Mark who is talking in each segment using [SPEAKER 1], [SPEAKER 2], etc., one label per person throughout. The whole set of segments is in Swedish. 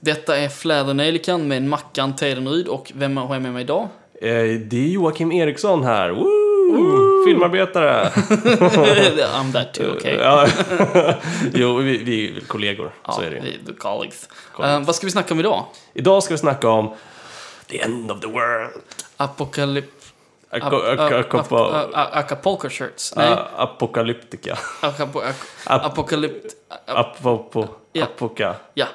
[SPEAKER 1] Detta är Flädernejlikan med Mackan Teidenryd och vem har jag med mig idag?
[SPEAKER 2] Eh, det är Joakim Eriksson här. Woo! Filmarbetare.
[SPEAKER 1] I'm that too, okej.
[SPEAKER 2] Ja. jo, vi, vi är kollegor. så är det ju.
[SPEAKER 1] vi- the colleagues.
[SPEAKER 2] Colleagues.
[SPEAKER 1] Eh, vad ska vi snacka om idag?
[SPEAKER 2] Idag ska vi snacka om the end of the world.
[SPEAKER 1] Apokalyp...
[SPEAKER 2] Ako- ako-
[SPEAKER 1] ap-
[SPEAKER 2] ako-
[SPEAKER 1] ap- a- Acapulco shirts? Nej.
[SPEAKER 2] a- Apokalyptika.
[SPEAKER 1] Acapo- ac-
[SPEAKER 2] Ah. Ap-
[SPEAKER 1] Apokalypt... a-
[SPEAKER 2] Apopo...
[SPEAKER 1] Ja.
[SPEAKER 2] Apoka.
[SPEAKER 1] Ja.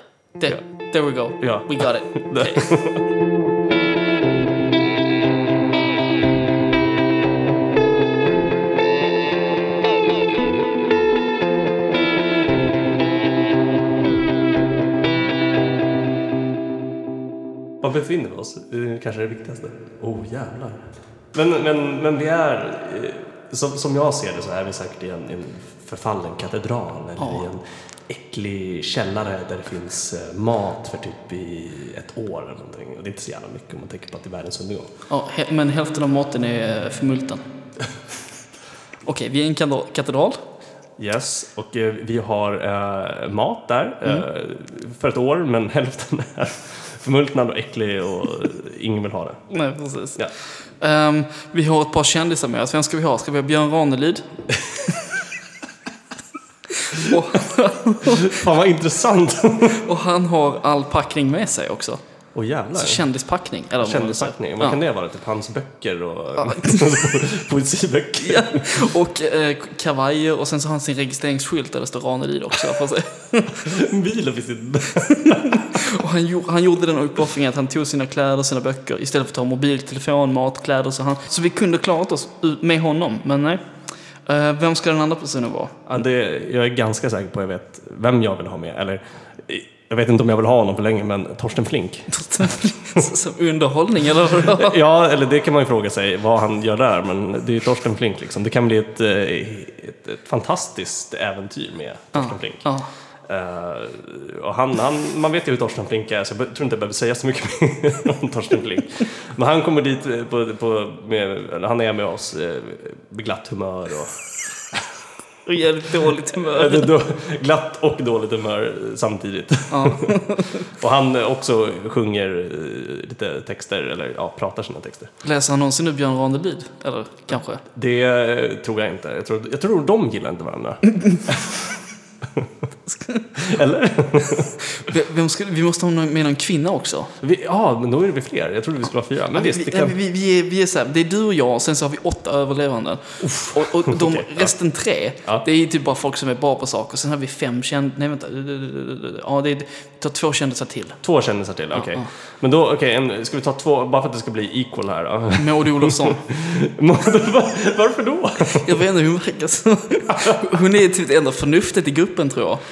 [SPEAKER 1] There, there we go.
[SPEAKER 2] Ja.
[SPEAKER 1] We got it.
[SPEAKER 2] Där. Var befinner vi oss? Det är kanske det viktigaste. Oh jävlar. Men, men, men vi är, eh, som, som jag ser det så är vi säkert i en, en förfallen katedral eller i en äcklig källare där det finns eh, mat för typ i ett år eller någonting. Och det är inte så jävla mycket om man tänker på att det är världens undergång.
[SPEAKER 1] Ja, he- men hälften av maten är eh, förmulten. Okej, vi är i en kanda- katedral.
[SPEAKER 2] Yes, och eh, vi har eh, mat där eh, för ett år men hälften är förmultnad och äcklig och ingen vill ha det.
[SPEAKER 1] Nej, precis.
[SPEAKER 2] Ja.
[SPEAKER 1] Ehm, vi har ett par kändisar med oss. Vem ska vi ha? Ska vi ha Björn Ranelid? och,
[SPEAKER 2] Fan vad intressant!
[SPEAKER 1] och han har all packning med sig också.
[SPEAKER 2] Åh jävlar.
[SPEAKER 1] Så kändispackning. Eller vad man vill säga.
[SPEAKER 2] Kändispackning, vad kan det vara? Typ hans böcker och
[SPEAKER 1] Ja.
[SPEAKER 2] poesiböcker?
[SPEAKER 1] Ja. Och eh, kavajer och sen så har han sin registreringsskylt där det står Ranelid också. får jag säga.
[SPEAKER 2] Bilen finns inte.
[SPEAKER 1] Och han, gjorde, han gjorde den uppoffringen att han tog sina kläder och sina böcker istället för att ta mobil, telefon, mat, kläder. Så, han, så vi kunde klarat oss ut med honom, men nej. Eh, vem ska den andra personen vara?
[SPEAKER 2] Ja, det, jag är ganska säker på att jag vet vem jag vill ha med. Eller, eh, jag vet inte om jag vill ha honom för länge, men Torsten Flink.
[SPEAKER 1] Som underhållning eller vadå?
[SPEAKER 2] Ja, eller det kan man ju fråga sig vad han gör där, men det är ju Torsten Flink liksom. Det kan bli ett, eh, ett, ett fantastiskt äventyr med Torsten Flink.
[SPEAKER 1] Ja.
[SPEAKER 2] Eh, och han, han, man vet ju hur Torsten Flink är, så jag be- tror inte jag behöver säga så mycket mer om Torsten Flink. Men han kommer dit, eh, på, på, med, eller han är med oss eh, med glatt humör och
[SPEAKER 1] Och jävligt dåligt humör.
[SPEAKER 2] Eller då, glatt och dåligt humör samtidigt.
[SPEAKER 1] Ja.
[SPEAKER 2] Och han eh, också sjunger eh, lite texter, eller ja, pratar sina texter.
[SPEAKER 1] Läser han någonsin nu Björn Ranelid? Eller kanske?
[SPEAKER 2] Det eh, tror jag inte. Jag tror, jag tror de gillar inte varandra. eller?
[SPEAKER 1] V- Vem ska, vi måste ha någon- med någon kvinna också.
[SPEAKER 2] Vi, ja, men då är vi fler. Jag trodde vi skulle vara fyra. Men visst,
[SPEAKER 1] vi,
[SPEAKER 2] det kan...
[SPEAKER 1] vi, vi, är, vi är så här, det är du och jag och sen så har vi åtta överlevanden. Och, och de,
[SPEAKER 2] Okej, ja.
[SPEAKER 1] resten tre,
[SPEAKER 2] Ja.
[SPEAKER 1] det är ju typ bara folk som är bra på saker. Sen har vi fem känd... Nej vänta. Ja, det är, ta två kändisar till.
[SPEAKER 2] Två kändisar till, okej. Men då, okej, en- ska vi ta två, bara för att det ska bli equal här? ja.
[SPEAKER 1] Maud Olofsson.
[SPEAKER 2] Var- Varför då?
[SPEAKER 1] Jag vet inte hur hon verkar. så. Hon är typ det enda förnuftet i gruppen tror jag.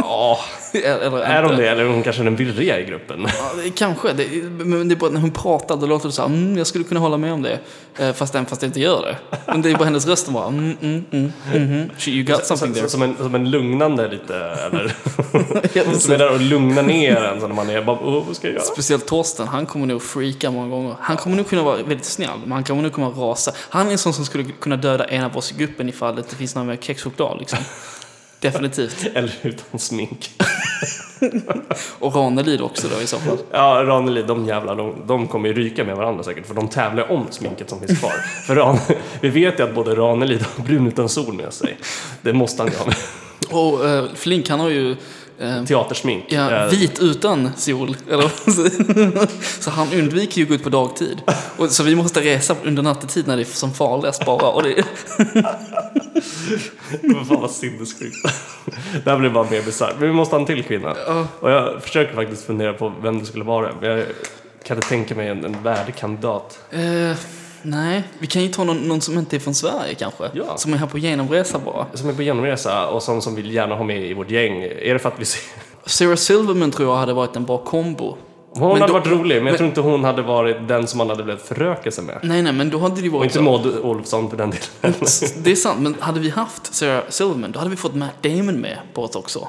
[SPEAKER 2] Ja,
[SPEAKER 1] Eller,
[SPEAKER 2] är
[SPEAKER 1] inte.
[SPEAKER 2] de det? Eller är hon kanske den virriga i gruppen?
[SPEAKER 1] Ja, det- Kanske, det, men det är bara när hon pratar då låter det så här, mm, jag skulle kunna hålla med om det. Eh, Fast den, fast det inte gör det. Men det är bara hennes röst som bara, mm, mm, mm, mhm. She- you got something
[SPEAKER 2] Så-
[SPEAKER 1] there.
[SPEAKER 2] Som, en, som en lugnande lite, eller?
[SPEAKER 1] Ja,
[SPEAKER 2] Som är
[SPEAKER 1] precis.
[SPEAKER 2] där och lugnar ner en så när man är bara, "Åh, vad ska jag göra?
[SPEAKER 1] Speciellt Torsten, han kommer nog freaka många gånger. Han kommer nog kunna vara väldigt snäll, men han kommer nog kunna rasa. Han är en sån som skulle kunna döda en av oss i gruppen ifall det inte finns någon mer kexchoklad liksom. Definitivt.
[SPEAKER 2] Eller utan smink.
[SPEAKER 1] Och Ranelid också då i så fall.
[SPEAKER 2] Ja, Ranelid, de jävlar, de, de kommer ju ryka med varandra säkert, för de tävlar om sminket som finns kvar. För Ran, vi vet ju att både Ranelid och Brun utan sol med sig. Det måste han ju ha med.
[SPEAKER 1] Och eh, Flink, han har ju... eh,
[SPEAKER 2] Teatersmink.
[SPEAKER 1] Ja,
[SPEAKER 2] Eh,
[SPEAKER 1] vit utan sol. Eller vad man säger. så han undviker ju att gå ut på dagtid. Och, så vi måste resa under nattetid när det är som farligast bara. Och det,
[SPEAKER 2] Vad fan vad sinnessjukt. Det här blir bara mer bisarrt. Men vi måste ha en till kvinna. Och jag försöker faktiskt fundera på vem det skulle vara. Men jag kan inte tänka mig en, en värdig kandidat.
[SPEAKER 1] eh, nej, vi kan ju ta någon, någon som inte är från Sverige kanske.
[SPEAKER 2] Ja.
[SPEAKER 1] Som är här på genomresa bara.
[SPEAKER 2] Som är på genomresa och som, som vill gärna ha med i vårt gäng. Är det för att vi ser...
[SPEAKER 1] Sarah Silverman tror jag hade varit en bra kombo.
[SPEAKER 2] Hon
[SPEAKER 1] Men
[SPEAKER 2] hade
[SPEAKER 1] då-
[SPEAKER 2] varit rolig, men, jag tror inte hon hade varit den som man hade blivit föröka sig med.
[SPEAKER 1] Nej, nej, men då hade det ju
[SPEAKER 2] Och
[SPEAKER 1] varit...
[SPEAKER 2] inte Maud Olofsson för den delen.
[SPEAKER 1] Det är sant, men hade vi haft Sarah Silverman då hade vi fått Matt Damon med på oss också.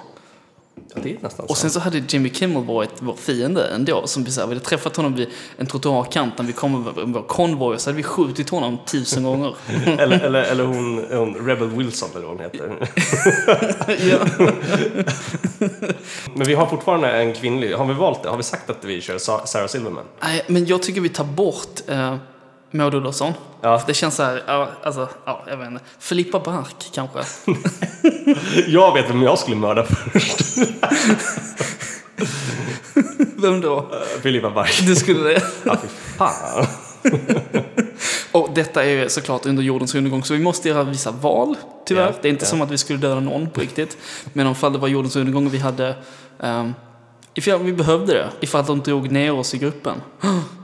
[SPEAKER 2] ja, det är nästan
[SPEAKER 1] Och sen så hade Jimmy Kimmel varit vår fiende ändå. Som vi, så här, vi hade träffat honom vid en trottoarkant när vi kom över vår konvoj och så hade vi skjutit honom tusen gånger.
[SPEAKER 2] Eller, eller, eller hon, hon, Rebel Wilson eller vad hon heter.
[SPEAKER 1] ja.
[SPEAKER 2] Men vi har fortfarande en kvinnlig. Har vi valt det? Har vi sagt att vi kör Sa- Sarah Silverman?
[SPEAKER 1] Nej, men jag tycker vi tar bort eh, Maud Olofsson.
[SPEAKER 2] Ja.
[SPEAKER 1] För Det känns så här, ja, alltså, ja, jag vet inte. Filippa Bark kanske.
[SPEAKER 2] Jag vet vem jag skulle mörda för.
[SPEAKER 1] Vem då?
[SPEAKER 2] Filippa Bark.
[SPEAKER 1] Du skulle det?
[SPEAKER 2] Ja, fy fan.
[SPEAKER 1] Och detta är ju såklart under jordens undergång, så vi måste göra vissa val, tyvärr.
[SPEAKER 2] Ja,
[SPEAKER 1] det är inte
[SPEAKER 2] ja.
[SPEAKER 1] som att vi skulle döda någon på riktigt. Men ifall det var jordens undergång och vi hade... Um, ifall vi behövde det, ifall de drog ner oss i gruppen.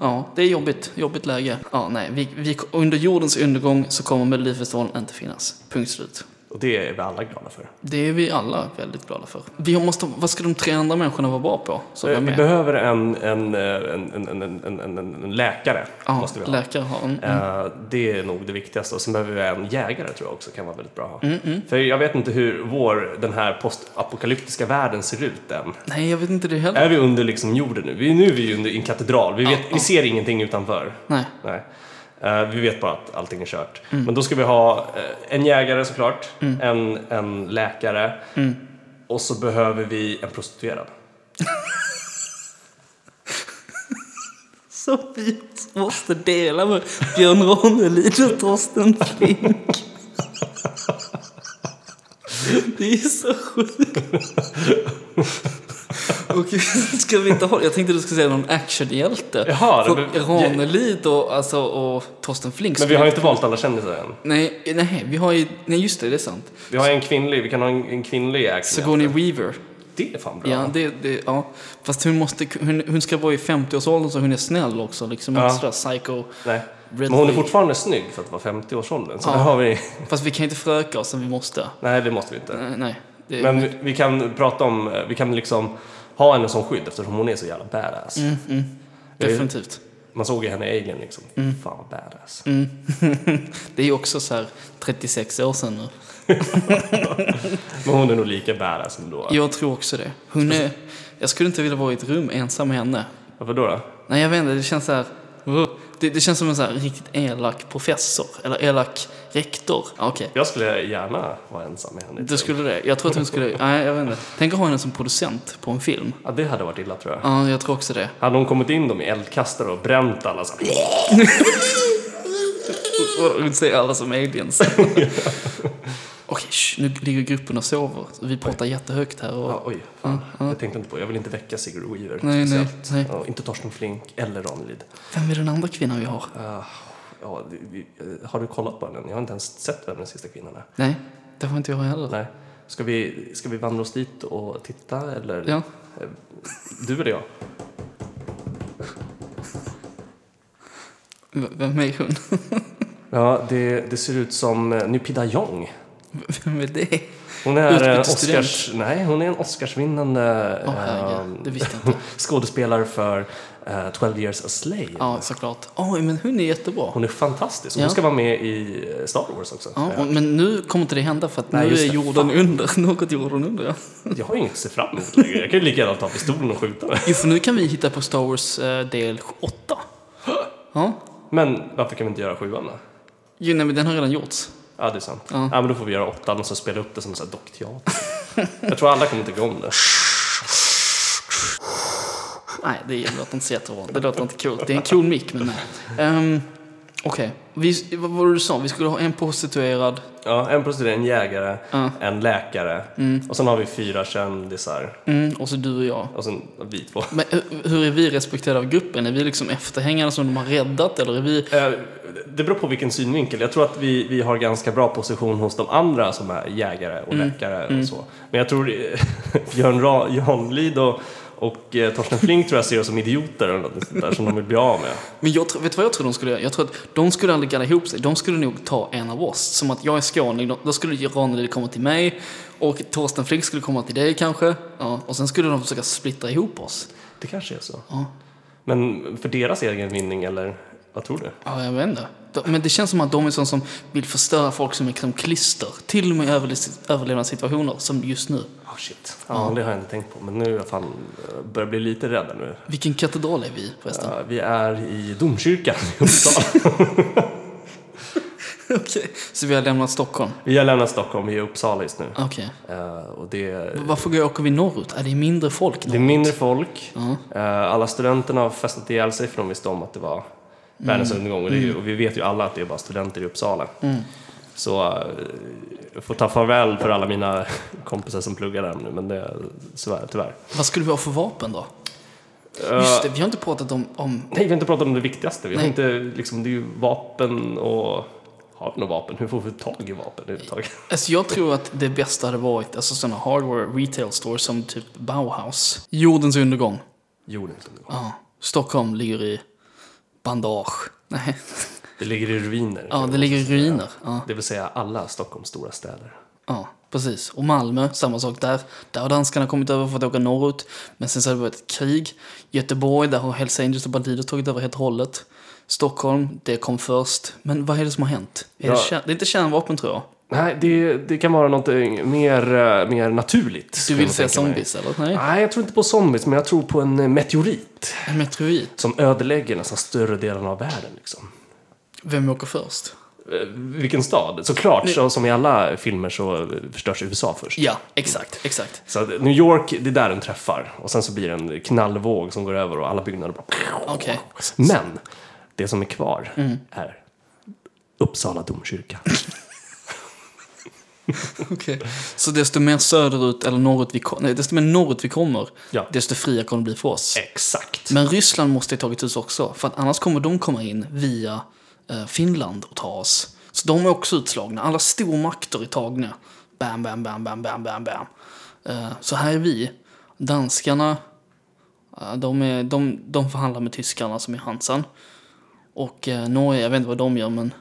[SPEAKER 1] Ja, det är jobbigt. Jobbigt läge. Ja, nej. Vi, vi, under jordens undergång så kommer Melodifestivalen inte finnas. Punkt slut.
[SPEAKER 2] Och det är vi alla glada för.
[SPEAKER 1] Det är vi alla väldigt glada för. Vi måste, vad ska de tre andra människorna vara bra på? Så
[SPEAKER 2] Eh, Vi
[SPEAKER 1] vem är?
[SPEAKER 2] behöver en, en, en, en, en, en, en, en, en läkare.
[SPEAKER 1] Ja,
[SPEAKER 2] måste vi ha.
[SPEAKER 1] läkare har en. Mm.
[SPEAKER 2] Eh, det är nog det viktigaste. Och sen behöver vi en jägare tror jag också kan vara väldigt bra att ha.
[SPEAKER 1] Mm,
[SPEAKER 2] För jag vet inte hur vår, den här postapokalyptiska världen ser ut än.
[SPEAKER 1] Nej, jag vet inte det heller.
[SPEAKER 2] Är vi under liksom jorden nu? Vi, nu är vi ju under i en katedral. Vi, vet,
[SPEAKER 1] Ja, ja.
[SPEAKER 2] vi ser ingenting utanför.
[SPEAKER 1] Nej.
[SPEAKER 2] Nej. Eh, vi vet bara att allting är kört.
[SPEAKER 1] Mm.
[SPEAKER 2] Men då ska vi ha eh, en jägare såklart, en, en läkare
[SPEAKER 1] Mm.
[SPEAKER 2] och så behöver vi en prostituerad.
[SPEAKER 1] Så vi måste dela med Björn Ranelid och Torsten Flink. Det är så sjukt. Och ska vi inte ha, jag tänkte du skulle säga någon actionhjälte.
[SPEAKER 2] Jaha,
[SPEAKER 1] För
[SPEAKER 2] men-
[SPEAKER 1] Ranelid och, alltså, och Torsten Flink.
[SPEAKER 2] Men vi har ju inte valt alla kändisar än.
[SPEAKER 1] Nej, nej, vi har ju, nej just det, det är sant.
[SPEAKER 2] Vi har en kvinnlig, vi kan ha en, en kvinnlig action.
[SPEAKER 1] Sigourney Weaver.
[SPEAKER 2] Det är fan bra.
[SPEAKER 1] Ja, det, det, ja. Fast hon, måste, hon, hon ska vara i 50-årsåldern så hon är snäll också. Liksom,
[SPEAKER 2] Ja.
[SPEAKER 1] inte sådär psycho.
[SPEAKER 2] Nej.
[SPEAKER 1] Red
[SPEAKER 2] Men hon är
[SPEAKER 1] Wing.
[SPEAKER 2] fortfarande snygg för att vara 50-årsåldern. Så
[SPEAKER 1] Ja.
[SPEAKER 2] där har vi...
[SPEAKER 1] Fast vi kan inte föröka oss som vi måste. Eh,
[SPEAKER 2] Nej, det måste vi inte.
[SPEAKER 1] Nej, nej. Det,
[SPEAKER 2] Men vi, vi kan prata om, eh, vi kan liksom ha henne som skydd eftersom hon är så jävla badass.
[SPEAKER 1] definitivt.
[SPEAKER 2] Man såg ju henne i Alien liksom.
[SPEAKER 1] Mm.
[SPEAKER 2] Fan vad badass.
[SPEAKER 1] Det är ju också så här 36 år sedan nu.
[SPEAKER 2] Men hon är nog lika badass ändå.
[SPEAKER 1] Jag tror också det. Hon är, jag skulle inte vilja vara i ett rum ensam med henne.
[SPEAKER 2] Varför då? då?
[SPEAKER 1] Nej, jag vet inte. Det känns så här... Det, det känns som en så här riktigt elak professor. Eller elak rektor. Ja, Okej.
[SPEAKER 2] Jag skulle gärna vara ensam med henne.
[SPEAKER 1] Du skulle det? Jag tror att hon skulle... Nej, jag vet inte. Tänk att ha henne som producent på en film.
[SPEAKER 2] Ja, det hade varit illa tror jag.
[SPEAKER 1] Ja, jag tror också det.
[SPEAKER 2] Hade hon kommit in dem i eldkastare och bränt alla så här,
[SPEAKER 1] Och Hon ser alla som aliens. Okej, shh, nu ligger gruppen och sover. Så Vi pratar jättehögt här och...
[SPEAKER 2] ja, Oj, fan. Jag tänkte inte på Jag vill inte väcka Sigurd Weaver.
[SPEAKER 1] Nej, nej,
[SPEAKER 2] speciellt.
[SPEAKER 1] nej.
[SPEAKER 2] Ja, inte Torsten Flink eller Ranelid.
[SPEAKER 1] Vem är den andra kvinnan vi har?
[SPEAKER 2] Ah, ja, det- vi, eh, har du kollat på henne? Jag har inte ens sett vem den sista kvinnan är.
[SPEAKER 1] Nej, det har inte jag heller.
[SPEAKER 2] Nej. Ska vi, ska vi vandra oss dit och titta eller?
[SPEAKER 1] Ja.
[SPEAKER 2] Eh, Du eller jag?
[SPEAKER 1] V- Vem är hon?
[SPEAKER 2] Ja, det, det ser ut som eh, Nupida Jong.
[SPEAKER 1] Vem är det?
[SPEAKER 2] Hon är, en
[SPEAKER 1] Utbytesstudent.
[SPEAKER 2] Oscars, nej, hon är en Oscarsvinnande
[SPEAKER 1] Åh herregud,
[SPEAKER 2] ehm,
[SPEAKER 1] det visste jag inte.
[SPEAKER 2] skådespelare för eh, 12 years a slave.
[SPEAKER 1] Ja, såklart. Oj, men hon är jättebra.
[SPEAKER 2] Hon är fantastisk. Hon
[SPEAKER 1] Ja.
[SPEAKER 2] ska vara med i eh, Star Wars också.
[SPEAKER 1] Ja,
[SPEAKER 2] Eh,
[SPEAKER 1] och- men nu kommer inte det hända för att
[SPEAKER 2] Nej,
[SPEAKER 1] nu
[SPEAKER 2] just
[SPEAKER 1] är
[SPEAKER 2] det.
[SPEAKER 1] jorden under. Något jorden under, ja.
[SPEAKER 2] Jag har ju inget att se fram emot längre. Jag kan ju lika gärna ta pistolen och skjuta. den.
[SPEAKER 1] Jo, för nu kan vi hitta på Star Wars eh, del 8. Ja.
[SPEAKER 2] Men varför kan vi inte göra sjuan då?
[SPEAKER 1] Jo, nej, men den har redan gjorts.
[SPEAKER 2] Ja, det är sant.
[SPEAKER 1] Ja.
[SPEAKER 2] Ja. men då får vi göra åttan och så spela upp det som en sån här dockteater. Jag tror alla kommer tycka om det.
[SPEAKER 1] Nej, det låter inte så jättebra. Det låter inte kul. Det är en cool mick, men nej. Ehm, Okej, Vi- vad var det du sa? Vi skulle ha en prostituerad.
[SPEAKER 2] Ja, en prostituerad, en jägare,
[SPEAKER 1] Ja.
[SPEAKER 2] en läkare och sen har vi fyra kändisar
[SPEAKER 1] Mm, och så du och jag.
[SPEAKER 2] och sen vi två.
[SPEAKER 1] Men hur- hur är vi respekterade av gruppen? Är vi liksom efterhängare som de har räddat eller är vi...
[SPEAKER 2] Eh, Det beror på vilken synvinkel. Jag tror att vi, vi har ganska bra position hos de andra som är jägare och läkare och så. Men jag tror eh, Björn Ra- Jan Lid och, och eh, Torsten Flink tror jag ser oss som idioter eller något sånt där som de vill bli av med.
[SPEAKER 1] Men jag tror, vet du vad jag tror de skulle göra? Jag tror att de skulle aldrig galla ihop sig. De skulle nog ta en av oss. Som att jag är skåning, då- då skulle Ranelid komma till mig och Torsten Flink skulle komma till dig kanske. Ja, och sen skulle de försöka splittra ihop oss.
[SPEAKER 2] Det kanske är så.
[SPEAKER 1] Ja.
[SPEAKER 2] Men för deras egen vinning eller? Vad tror du?
[SPEAKER 1] Ja, jag vet inte. De- Men det känns som att de är sån som vill förstöra folk som är som klister. Till och med i överle- överlevnadssituationer, som just nu.
[SPEAKER 2] Oh shit. Ja, det har jag inte tänkt på. Men nu är jag fan, eh, börjar bli lite rädd nu.
[SPEAKER 1] Vilken katedral är vi i, förresten?
[SPEAKER 2] Ja, vi är i domkyrkan i Uppsala.
[SPEAKER 1] Okej. Så vi har lämnat Stockholm?
[SPEAKER 2] vi har lämnat Stockholm, vi är i Uppsala just nu.
[SPEAKER 1] Okej.
[SPEAKER 2] Eh, och det,
[SPEAKER 1] Varför åker vi norrut? Är det mindre folk
[SPEAKER 2] det är
[SPEAKER 1] norrut?
[SPEAKER 2] mindre folk.
[SPEAKER 1] Ja.
[SPEAKER 2] Eh, alla studenterna har festat ihjäl sig för de visste om att det var världens
[SPEAKER 1] Mm.
[SPEAKER 2] undergång. Och, det är ju, och vi vet ju alla att det är bara studenter i Uppsala. Så eh, jag får ta farväl för alla mina kompisar som pluggar där nu, men det, så är det tyvärr.
[SPEAKER 1] Vad skulle vi ha för vapen då?
[SPEAKER 2] Eh,
[SPEAKER 1] Just det, vi har inte pratat om... om
[SPEAKER 2] Nej, vi har inte pratat om det viktigaste. Vi har
[SPEAKER 1] Nej.
[SPEAKER 2] inte, liksom, det är ju vapen och... Har vi några vapen? Hur får vi tag i vapen överhuvudtaget?
[SPEAKER 1] alltså jag tror att det bästa hade varit alltså sådana hardware retail stores som typ Bauhaus. Jordens undergång.
[SPEAKER 2] Jorden som det går.
[SPEAKER 1] Ja. Stockholm ligger i bandage. Nej.
[SPEAKER 2] Det ligger i ruiner.
[SPEAKER 1] Ja, det ligger i ruiner. Ja.
[SPEAKER 2] Det vill säga alla Stockholms stora städer.
[SPEAKER 1] Ja, precis. Och Malmö, samma sak där. Där har danskarna kommit över för att åka norrut. Men sen så har det varit ett krig. Göteborg, där har Hells Angels och Bandidos tagit över helt och hållet. Stockholm, det kom först. Men vad är det som har hänt? Är
[SPEAKER 2] Ja.
[SPEAKER 1] det, kär- det är inte kärnvapen tror jag.
[SPEAKER 2] Nej, det, det kan vara något mer, eh, mer naturligt.
[SPEAKER 1] Du
[SPEAKER 2] skulle
[SPEAKER 1] vill
[SPEAKER 2] jag
[SPEAKER 1] se
[SPEAKER 2] tänka mig.
[SPEAKER 1] zombies eller? Nej.
[SPEAKER 2] Nej, jag tror inte på zombies, men jag tror på en eh, meteorit.
[SPEAKER 1] En meteorit.
[SPEAKER 2] Som ödelägger nästan större delen av världen. Liksom.
[SPEAKER 1] Vem åker först?
[SPEAKER 2] Eh, Vilken stad? Såklart, så, som i alla filmer så eh, förstörs USA först.
[SPEAKER 1] Ja, exakt, exakt.
[SPEAKER 2] Så att New York, det är där den träffar. Och sen så blir det en knallvåg som går över och alla byggnader bara...
[SPEAKER 1] Okej. Mm.
[SPEAKER 2] Men det som är kvar är Uppsala domkyrka.
[SPEAKER 1] Okej. Så desto mer söderut eller norrut vi, ko- nej, desto mer norrut vi kommer,
[SPEAKER 2] Ja.
[SPEAKER 1] desto friare kommer det bli för oss.
[SPEAKER 2] Exakt.
[SPEAKER 1] Men Ryssland måste ju tagit ut också, för att annars kommer de komma in via eh, Finland och ta oss. Så de är också utslagna. Alla stormakter är tagna. Bam, bam, bam, bam, bam, bam, bam. Eh, så här är vi. Danskarna, eh, de, är, de, de förhandlar med tyskarna som är Hansan. Och eh, Norge, jag vet inte vad de gör, men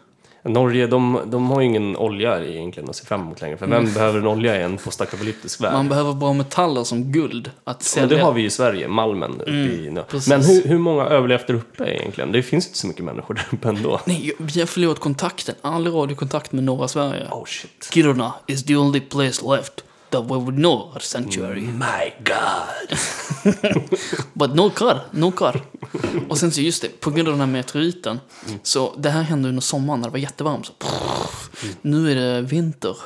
[SPEAKER 2] Norge, de, de har ju ingen olja egentligen att se fram emot längre. För vem behöver en olja i en postakalyptisk värld?
[SPEAKER 1] man behöver bra metaller som guld att
[SPEAKER 2] Men
[SPEAKER 1] sälja.
[SPEAKER 2] det har vi ju i Sverige, malmen. uppe i,
[SPEAKER 1] precis.
[SPEAKER 2] men hur, hur många överlevt där uppe egentligen? Det finns ju inte så mycket människor där uppe ändå.
[SPEAKER 1] Nej, vi har förlorat kontakten. All radiokontakt med norra Sverige.
[SPEAKER 2] Oh shit.
[SPEAKER 1] Kiruna is the only place left that we would know our sanctuary.
[SPEAKER 2] My god.
[SPEAKER 1] But no car, no car. Och sen så just det, på grund av den här meteoriten. Så det här hände under sommaren när det var jättevarmt. Så, nu är det vinter.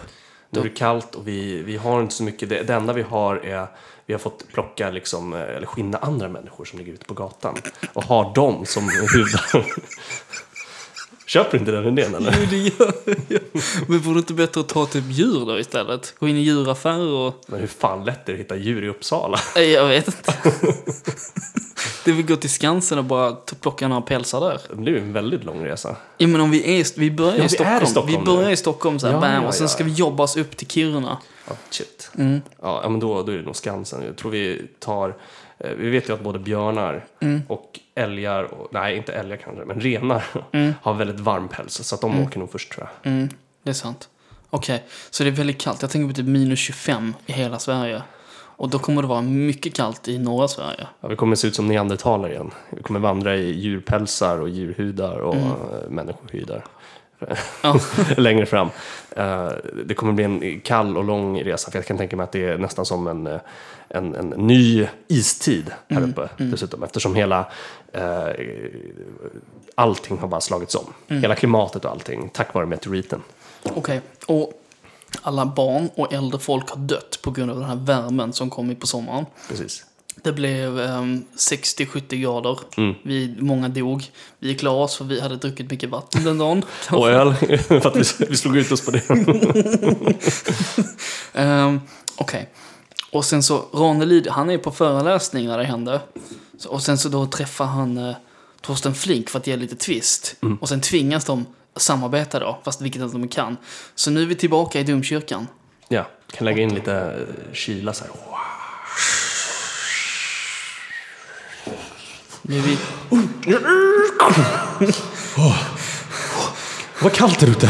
[SPEAKER 2] Nu är det kallt och vi, vi har inte så mycket. Det, det enda vi har är vi har fått plocka liksom, eh, eller skinna andra människor som ligger ute på gatan och har dem som hudar. Köper du inte den idén eller?
[SPEAKER 1] Jo, det gör jag. Men vore det inte bättre att ta typ djur då istället? Gå in i djuraffärer och...
[SPEAKER 2] Men hur fan lätt är det att hitta djur i Uppsala?
[SPEAKER 1] Nej, jag vet inte. Det vill gå till Skansen och bara ta- plocka några pälsar där.
[SPEAKER 2] Det blir ju en väldigt lång resa.
[SPEAKER 1] Ja, men om vi är... i St- Vi börjar
[SPEAKER 2] Ja,
[SPEAKER 1] i
[SPEAKER 2] vi är
[SPEAKER 1] Stockholm.
[SPEAKER 2] i Stockholm
[SPEAKER 1] Vi börjar
[SPEAKER 2] nu.
[SPEAKER 1] i Stockholm så här,
[SPEAKER 2] Ja,
[SPEAKER 1] bam,
[SPEAKER 2] ja,
[SPEAKER 1] och sen
[SPEAKER 2] ja.
[SPEAKER 1] ska vi jobba oss upp till Kiruna.
[SPEAKER 2] Ja, shit. Ja, ja, men då, då är det nog Skansen. Jag tror vi tar... eh, Vi vet ju att både björnar och älgar, och, nej inte älgar kanske, men renar har väldigt varm päls. Så att de åker nog först tror jag.
[SPEAKER 1] Mm, det är sant. Okej, så det är väldigt kallt. Jag tänker på typ minus 25 i hela Sverige. Och då kommer det vara mycket kallt i norra Sverige.
[SPEAKER 2] Ja, vi kommer se ut som neandertalare igen. Vi kommer vandra i djurpälsar och djurhudar och mm. människohudar.
[SPEAKER 1] Ja.
[SPEAKER 2] Längre fram. Eh, Det kommer bli en kall och lång resa. För jag kan tänka mig att det är nästan som en, eh, en, en ny istid här uppe. Dessutom, eftersom hela eh, allting har bara slagits om. Hela klimatet och allting, tack vare meteoriten.
[SPEAKER 1] Okej, och alla barn och äldre folk har dött på grund av den här värmen som kom in på sommaren.
[SPEAKER 2] Precis.
[SPEAKER 1] Det blev ehm, 60-70 grader. Vi, många dog. Vi gick la oss för vi hade druckit mycket vatten den dagen.
[SPEAKER 2] Och öl, för att vi, vi slog ut oss på det.
[SPEAKER 1] Ehm, Okej. Och sen så, Ranelid, han är på föreläsning när det hände. Så, och sen så då träffar han eh, Torsten Flink för att ge lite twist. Och sen tvingas de samarbeta då, fast vilket inte de kan. Så nu är vi tillbaka i domkyrkan.
[SPEAKER 2] Ja, kan lägga in lite eh, kyla så här.
[SPEAKER 1] Nu är vi...
[SPEAKER 2] Vad kallt det är ute!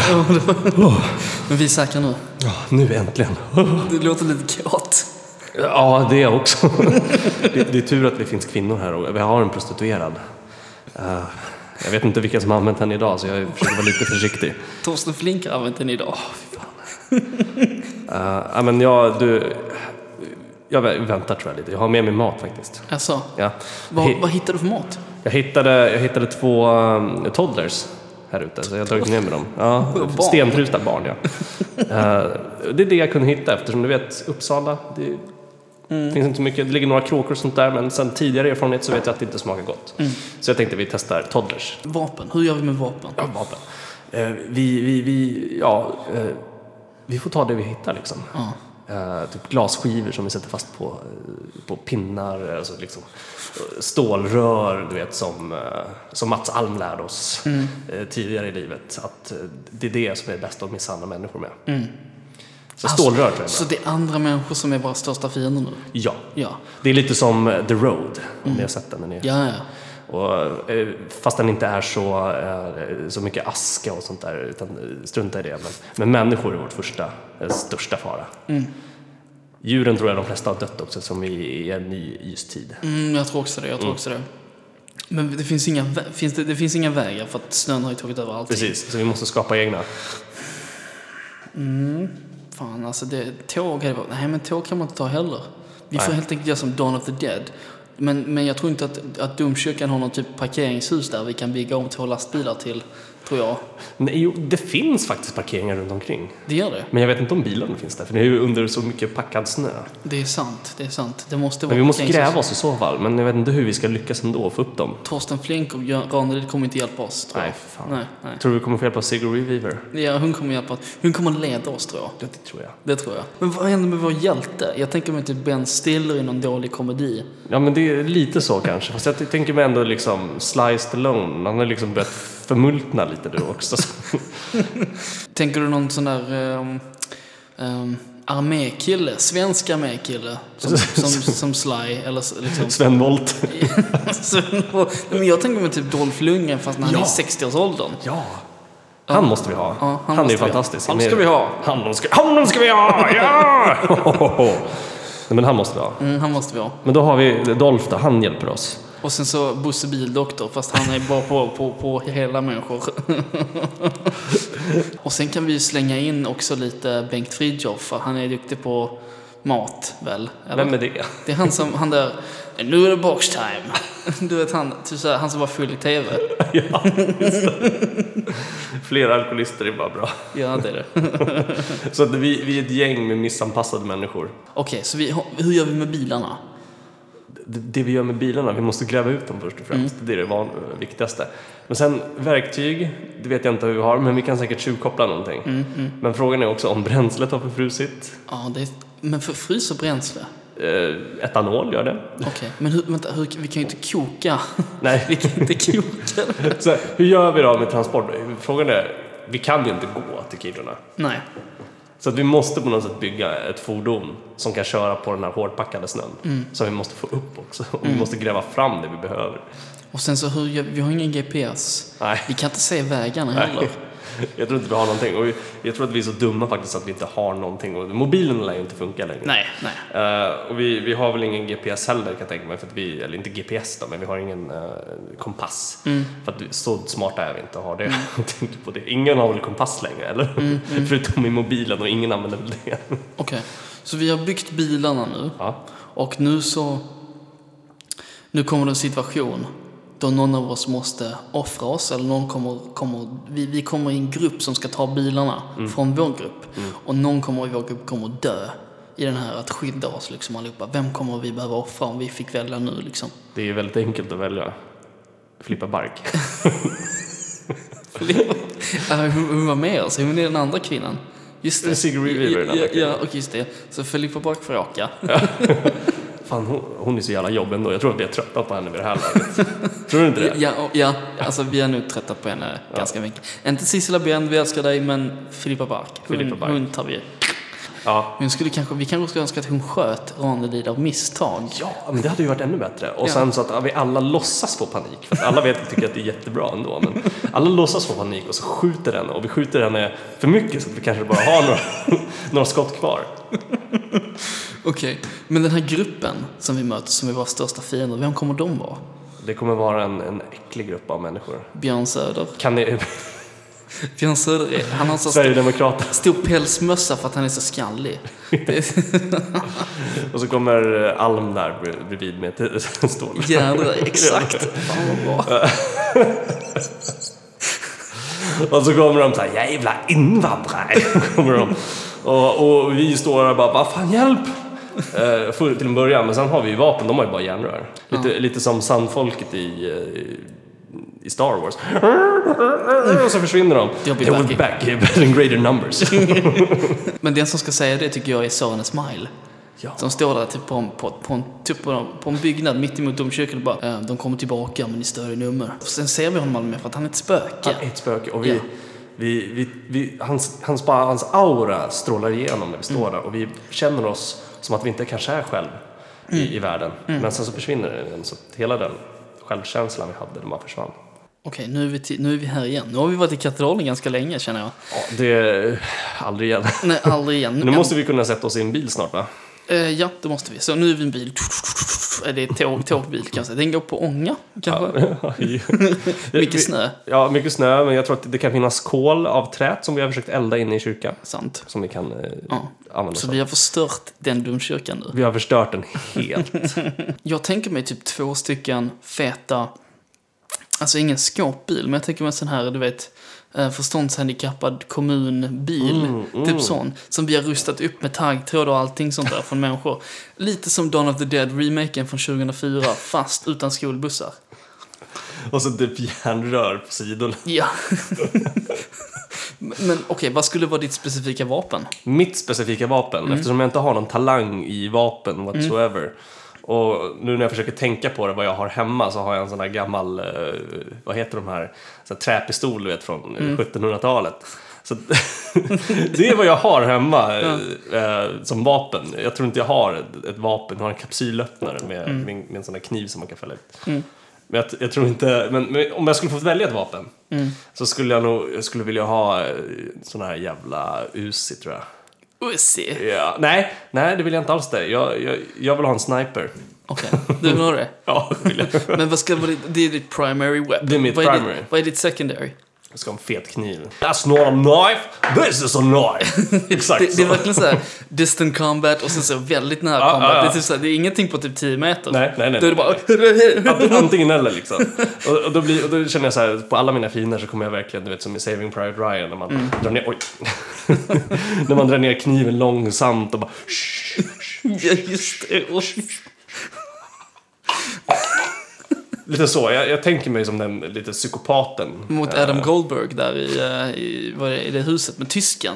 [SPEAKER 1] Men vi är säkra nu.
[SPEAKER 2] Ja, nu äntligen.
[SPEAKER 1] Det låter lite kaot.
[SPEAKER 2] Ja, det också. Det, det är tur att det finns kvinnor här och vi har en prostituerad. Eh, Jag vet inte vilka som har använt den idag så jag försöker vara lite försiktig.
[SPEAKER 1] Torsten Flink har använt den idag. Åh, fy fan.
[SPEAKER 2] Eh, ja, men jag, du, jag vä- väntar tror jag lite. Jag har med mig mat faktiskt.
[SPEAKER 1] Alltså,
[SPEAKER 2] Ja.
[SPEAKER 1] vad,
[SPEAKER 2] He-
[SPEAKER 1] vad hittar du för mat?
[SPEAKER 2] Jag hittade, jag hittade två um, toddlers här ute, så jag har dragit ner med dem. Ja,
[SPEAKER 1] Barn.
[SPEAKER 2] stenfrysta barn, ja. Eh, det är det jag kunde hitta eftersom du vet, Uppsala, det finns inte så mycket. Det ligger några kråkor och sånt där, men sen tidigare erfarenhet så vet jag att det inte smakar gott. Så jag tänkte vi testar toddlers.
[SPEAKER 1] Vapen. Hur gör vi med vapen?
[SPEAKER 2] Ja, vapen. Eh, vi, vi, vi, ja, eh, vi får ta det vi hittar liksom.
[SPEAKER 1] Ja.
[SPEAKER 2] Eh, typ glasskivor som vi sätter fast på, eh, på pinnar, alltså liksom, eh, stålrör, du vet, som, eh, som Mats Alm lärde oss eh, tidigare i livet. Att eh, det är det som är bäst att misshandla människor med. Så stålrör tror jag.
[SPEAKER 1] Så det är andra människor som är våra största fiender nu?
[SPEAKER 2] Ja.
[SPEAKER 1] Ja.
[SPEAKER 2] Det är lite som eh, The Road, om ni har sett den. Den är
[SPEAKER 1] Ja, ja.
[SPEAKER 2] Och, eh, fast den inte är så, eh, så mycket aska och sånt där, utan eh, strunta i det. Men, men människor är vårt första, eh, största fara. Djuren tror jag de flesta har dött också, som i, i en ny istid.
[SPEAKER 1] Mm, jag tror också det. Jag tror också det. Men det finns, inga, vä- finns det, det finns inga vägar för att snön har ju tagit över allting.
[SPEAKER 2] Precis, så vi måste skapa egna.
[SPEAKER 1] Fan, alltså det, tåg hade varit... Nej, men tåg kan man inte ta heller. Vi får
[SPEAKER 2] Nej.
[SPEAKER 1] helt enkelt göra som Dawn of the Dead. Men, men jag tror inte att, att domkyrkan har någon typ parkeringshus där vi kan bygga om två lastbilar till, tror jag.
[SPEAKER 2] Nej, jo, det finns faktiskt parkeringar runt omkring.
[SPEAKER 1] Det gör det.
[SPEAKER 2] Men jag vet inte om bilarna finns där, för det är ju under så mycket packad snö.
[SPEAKER 1] Det är sant. Det är sant. Det måste vara
[SPEAKER 2] Men vi måste
[SPEAKER 1] parkeringshus.
[SPEAKER 2] gräva oss i så fall, men jag vet inte hur vi ska lyckas ändå få upp dem.
[SPEAKER 1] Torsten Flink och Björn Ranelid kommer inte hjälpa oss, tror jag.
[SPEAKER 2] Nej, för fan.
[SPEAKER 1] Nej, nej.
[SPEAKER 2] Tror du vi kommer få hjälp av Sigur Reaver?
[SPEAKER 1] Ja, hon kommer hjälpa oss. Hon kommer leda oss, tror jag.
[SPEAKER 2] Det tror jag.
[SPEAKER 1] Det tror jag. Men vad händer med vår hjälte? Jag tänker mig typ Ben Stiller i någon dålig komedi.
[SPEAKER 2] Ja men det är lite så kanske, fast jag t- tänker mig ändå liksom Sliced Alone, han har liksom börjat förmultna lite då också.
[SPEAKER 1] Tänker du någon sån där ehm, ehm, armékille? Svensk armékille? Som, som, som Sly? Eller s- liksom...
[SPEAKER 2] Sven Wollter.
[SPEAKER 1] Så- Men jag tänker mig typ Dolph Lundgren fast när han
[SPEAKER 2] Ja.
[SPEAKER 1] är i 60-årsåldern.
[SPEAKER 2] Ja! Han måste vi ha.
[SPEAKER 1] Ja, han
[SPEAKER 2] han är
[SPEAKER 1] måste
[SPEAKER 2] ju
[SPEAKER 1] vi ha.
[SPEAKER 2] fantastisk.
[SPEAKER 1] Han ska vi ha.
[SPEAKER 2] Honom ska, honom ska vi ha! Ja! Nej men han måste vi ha.
[SPEAKER 1] Mm, han måste vi ha.
[SPEAKER 2] Men då har vi Dolph då, han hjälper oss.
[SPEAKER 1] Och sen så Bosse Bildoktor fast han är bara på, på, på hela människor. och sen kan vi ju slänga in också lite Bengt Fridjof för han är duktig på mat väl? Eller?
[SPEAKER 2] Vem är det?
[SPEAKER 1] Det är han som, han där, nu är det box time. Du vet han, typ så här, han som var full i TV.
[SPEAKER 2] ja. Flera alkoholister är bara bra.
[SPEAKER 1] Ja, det är det.
[SPEAKER 2] Så att vi, vi är ett gäng med missanpassade människor.
[SPEAKER 1] Okej, så vi, hur gör vi med bilarna?
[SPEAKER 2] det, det vi gör med bilarna, vi måste gräva ut dem först och främst. Det är det van, viktigaste. Men sen verktyg, det vet jag inte hur vi har, men vi kan säkert tjuvkoppla någonting. Men frågan är också om bränslet har förfrusit.
[SPEAKER 1] Ja, det är, men för frys och bränsle?
[SPEAKER 2] Eh, etanol gör det.
[SPEAKER 1] Okej, men hur, vänta, hur, vi kan ju inte koka. Vi
[SPEAKER 2] Nej.
[SPEAKER 1] kan inte koka.
[SPEAKER 2] Så här, hur gör vi då med transport? Frågan är, vi kan ju inte gå till Kiruna.
[SPEAKER 1] Nej.
[SPEAKER 2] Så att vi måste på något sätt bygga ett fordon som kan köra på den här hårdpackade snön. Som vi måste få upp också. Och vi måste gräva fram det vi behöver.
[SPEAKER 1] Och sen så hur gör vi, vi har ingen GPS.
[SPEAKER 2] Nej.
[SPEAKER 1] Vi kan inte se vägarna
[SPEAKER 2] Nej.
[SPEAKER 1] heller.
[SPEAKER 2] Jag tror inte vi har någonting. Och jag tror att vi är så dumma faktiskt att vi inte har någonting. Och mobilen lär ju inte funka längre.
[SPEAKER 1] Nej, nej.
[SPEAKER 2] Eh, och vi, vi har väl ingen GPS heller kan jag tänka mig. För att vi, eller inte GPS då, men vi har ingen eh, kompass. För att vi- så smarta är vi inte och har det. Jag tänkte på det. Ingen har väl kompass längre, eller? Förutom i mobilen och ingen använder väl det.
[SPEAKER 1] Okej, så vi har byggt bilarna nu.
[SPEAKER 2] ja.
[SPEAKER 1] Och nu så... Nu kommer det en situation då någon av oss måste offra oss. Eller någon kommer, kommer, vi, vi kommer i en grupp som ska ta bilarna
[SPEAKER 2] Mm.
[SPEAKER 1] från vår grupp. Och någon kommer i vår grupp kommer dö i den här att skydda oss liksom allihopa. Vem kommer vi behöva offra om vi fick välja nu liksom?
[SPEAKER 2] Det är ju väldigt enkelt att välja. Flippa Bark.
[SPEAKER 1] Äh, hon, hon var med oss, hon är den andra kvinnan. Just det.
[SPEAKER 2] Sigourney Weaver är den andra
[SPEAKER 1] ja,
[SPEAKER 2] kvinnan.
[SPEAKER 1] ja, och just det. Så Filippa Bark får åka.
[SPEAKER 2] Fan, hon, hon är så jävla jobbig ändå. Jag tror att vi har tröttnat på henne vid det här laget. tror du inte det?
[SPEAKER 1] Ja, och- ja, alltså vi är nu trötta på henne ganska mycket. Inte Sissela Björn, vi älskar dig, men Filippa Bark. Hon,
[SPEAKER 2] Filippa Bark.
[SPEAKER 1] hon tar vi.
[SPEAKER 2] Ja.
[SPEAKER 1] Hon skulle kanske, vi kanske skulle önska att hon sköt Ranelid av misstag.
[SPEAKER 2] Ja, men det hade ju varit ännu bättre. Och
[SPEAKER 1] Ja.
[SPEAKER 2] sen så att ja, vi alla låtsas få panik. För att alla vet att tycker att det är jättebra ändå. Men alla låtsas få panik och så skjuter henne. Och vi skjuter henne för mycket så att vi kanske bara har några, några skott kvar.
[SPEAKER 1] Okej, men den här gruppen som vi möter som är våra största fiender, vem kommer de vara?
[SPEAKER 2] Det kommer vara en, en äcklig grupp av människor.
[SPEAKER 1] Björn Söder.
[SPEAKER 2] Kan ni...
[SPEAKER 1] Björn Söder, är- han har så st-
[SPEAKER 2] Sverigedemokraterna.
[SPEAKER 1] stor pälsmössa för att han är så skallig.
[SPEAKER 2] Och så kommer eh, Alm där br- bredvid med ett stål.
[SPEAKER 1] Jädrar, exakt. Fan vad bra.
[SPEAKER 2] Och så kommer de så här, jävla invandrare. kommer de. Och, och vi står där och bara, vad fan hjälp! Eh, Full till en början, men sen har vi ju vapen, de har ju bara järnrör. Lite, lite som sandfolket i, eh, i Star Wars. Och så försvinner de.
[SPEAKER 1] They'll be
[SPEAKER 2] They will be
[SPEAKER 1] back.
[SPEAKER 2] back but in greater numbers.
[SPEAKER 1] Men den som ska säga det tycker jag är Sören Smile.
[SPEAKER 2] Ja.
[SPEAKER 1] Som står där typ på, en, på, på, en, typ på, en, på en byggnad mitt emot domkyrkan och bara eh, De kommer tillbaka men i större nummer. Och sen ser vi honom aldrig mer för att han är ett
[SPEAKER 2] Han
[SPEAKER 1] spöke.
[SPEAKER 2] är ett spöke. Och vi,
[SPEAKER 1] Ja.
[SPEAKER 2] vi, vi, vi, hans, hans, bara, hans aura strålar igenom när vi
[SPEAKER 1] Mm.
[SPEAKER 2] står där och vi känner oss som att vi inte kanske är själv
[SPEAKER 1] Mm.
[SPEAKER 2] i, i världen. Men sen så försvinner den. Så att hela den självkänslan vi hade, den bara försvann.
[SPEAKER 1] Okej, nu, är vi till- nu är vi här igen. Nu har vi varit i katedralen ganska länge känner jag.
[SPEAKER 2] Ja, det... Aldrig igen.
[SPEAKER 1] Nej, aldrig igen.
[SPEAKER 2] Nu måste vi kunna sätta oss i en bil snart va?
[SPEAKER 1] Eh, ja, det måste vi. Så nu är vi en bil. Eh, Det är tåg, tågbil kanske. Den går på ånga kanske. Mycket snö.
[SPEAKER 2] Ja, mycket snö, men jag tror att det kan finnas kol av trät som vi har försökt elda inne i kyrkan.
[SPEAKER 1] Sant.
[SPEAKER 2] Som vi kan eh,
[SPEAKER 1] Ja.
[SPEAKER 2] använda oss
[SPEAKER 1] Så
[SPEAKER 2] av.
[SPEAKER 1] vi har förstört den domkyrkan nu.
[SPEAKER 2] Vi har förstört den helt.
[SPEAKER 1] Jag tänker mig typ två stycken feta, alltså ingen skåpbil, men jag tänker mig en sån här, du vet, eh, förståndshandikappad kommunbil.
[SPEAKER 2] Mm,
[SPEAKER 1] Typ sån. Som vi har rustat upp med taggtråd och allting sånt där från människor. Lite som Dawn of the Dead-remaken från 2004, fast utan skolbussar.
[SPEAKER 2] och så typ järnrör på sidorna.
[SPEAKER 1] Ja. Men okej, vad skulle vara ditt specifika vapen?
[SPEAKER 2] mitt specifika vapen eftersom jag inte har någon talang i vapen whatsoever. Och nu när jag försöker tänka på det, vad jag har hemma, så har jag en sån här gammal, eh, vad heter de här, så här träpistol du vet från eh, 1700-talet. Så att- det är vad jag har hemma eh, eh, som vapen. Jag tror inte jag har ett, ett vapen, jag har en kapsylöppnare med, med, en- med en sån här kniv som man kan fälla ut. Men jag, jag tror inte, men, men om jag skulle få välja ett vapen så skulle jag nog, jag skulle vilja ha eh, sån här jävla Uzi tror jag.
[SPEAKER 1] Uzi.
[SPEAKER 2] Ja, nej, nej det vill jag inte alls det. Jag, jag, jag vill ha en sniper.
[SPEAKER 1] Okej, du vill ha det?
[SPEAKER 2] Ja, det vill jag.
[SPEAKER 1] Men vad ska vara ditt, det är ditt primary weapon?
[SPEAKER 2] Det är mitt
[SPEAKER 1] vad Är
[SPEAKER 2] primary.
[SPEAKER 1] ditt, vad är ditt secondary?
[SPEAKER 2] Jag ska ha en fet kniv. That's not a knife, this is a knife! Exakt
[SPEAKER 1] Det, det är
[SPEAKER 2] så.
[SPEAKER 1] verkligen såhär distant combat och sen så väldigt nära
[SPEAKER 2] Ja,
[SPEAKER 1] combat.
[SPEAKER 2] ja, ja.
[SPEAKER 1] Det, är typ såhär, det är ingenting på typ 10 meter.
[SPEAKER 2] Nej, nej, nej.
[SPEAKER 1] Då är det bara...
[SPEAKER 2] Ant- Antingen eller liksom. Och, och, då blir, och då känner jag så här, på alla mina fiender så kommer jag verkligen, du vet som i Saving Private Ryan, när man
[SPEAKER 1] Mm.
[SPEAKER 2] drar ner, oj. när man drar ner kniven långsamt och bara, shh, shh.
[SPEAKER 1] ja, just det. Och-
[SPEAKER 2] Lite så, jag, jag tänker mig som den lite psykopaten.
[SPEAKER 1] Mot Adam Goldberg där i, eh, i, vad är det, i det huset med tysken.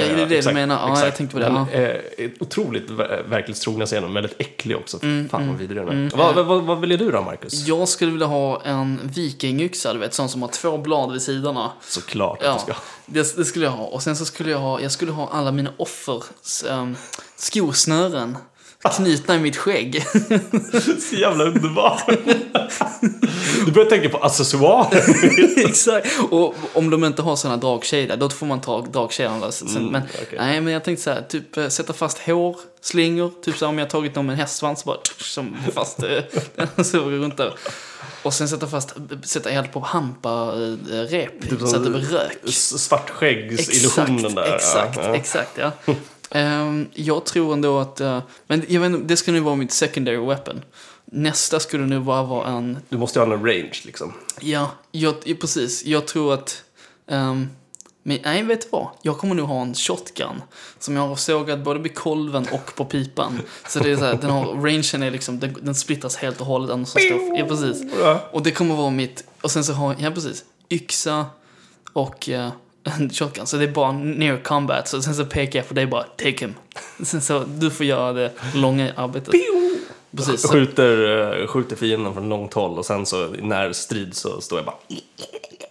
[SPEAKER 1] Ja,
[SPEAKER 2] ja, ja,
[SPEAKER 1] det är det du
[SPEAKER 2] exakt,
[SPEAKER 1] menar. Ja, jag
[SPEAKER 2] exakt. Mm.
[SPEAKER 1] tänkte på det,
[SPEAKER 2] Den
[SPEAKER 1] ja.
[SPEAKER 2] är är otroligt ver- verklighetstrogen scenen, väldigt äcklig också.
[SPEAKER 1] Mm,
[SPEAKER 2] Fan vad vidrig den är. vad, vad, vad vill du då, Marcus?
[SPEAKER 1] Jag skulle vilja ha en vikingyxa, du vet, sån som har två blad vid sidorna.
[SPEAKER 2] Såklart att
[SPEAKER 1] Ja,
[SPEAKER 2] du ska.
[SPEAKER 1] det, det skulle jag ha. Och sen så skulle jag ha, jag skulle ha alla mina offers um, skosnören knutna i mitt skägg.
[SPEAKER 2] Så jävla underbar. du börjar tänka på accessoarer.
[SPEAKER 1] Exakt. Och om de inte har såna dragkedjor, då får man ta dragkedjan. då sen- sen. men,
[SPEAKER 2] Mm, okej.
[SPEAKER 1] Nej, men jag tänkte så här, typ eh, sätta fast hår, slingor, typ så här, om jag tagit någon med en hästsvans så bara som fast eh, så går det runt där. Och sen sätta fast, sätta eld på hampa, eh, rep,
[SPEAKER 2] Typ
[SPEAKER 1] så att det blir
[SPEAKER 2] som-
[SPEAKER 1] rök.
[SPEAKER 2] S- Svartskäggsillusionen där.
[SPEAKER 1] Exakt,
[SPEAKER 2] Ja, ja.
[SPEAKER 1] exakt, ja. Ehm, jag tror ändå att, eh, men jag vet inte, det skulle nu vara mitt secondary weapon. Nästa skulle nu bara vara en,
[SPEAKER 2] Du måste ju ha en range liksom.
[SPEAKER 1] ja, jag, ja, precis, jag tror att, ehm, men nej, vet du vad? Jag kommer nog ha en shotgun som jag har sågat både vid kolven och på pipan. Så det är så här, den har, rangen är liksom, den, den splittas helt och hållet. Annars så står, ja, precis.
[SPEAKER 2] Ja.
[SPEAKER 1] Och det kommer vara mitt, och sen så har jag, ja precis, yxa och eh, en shotgun. Så det är bara near combat. Så sen så pekar jag på dig bara, take him. Sen så, du får göra det långa arbetet. Precis. Så,
[SPEAKER 2] Skjuter, eh, skjuter fienden från långt håll och sen så när strid så står jag bara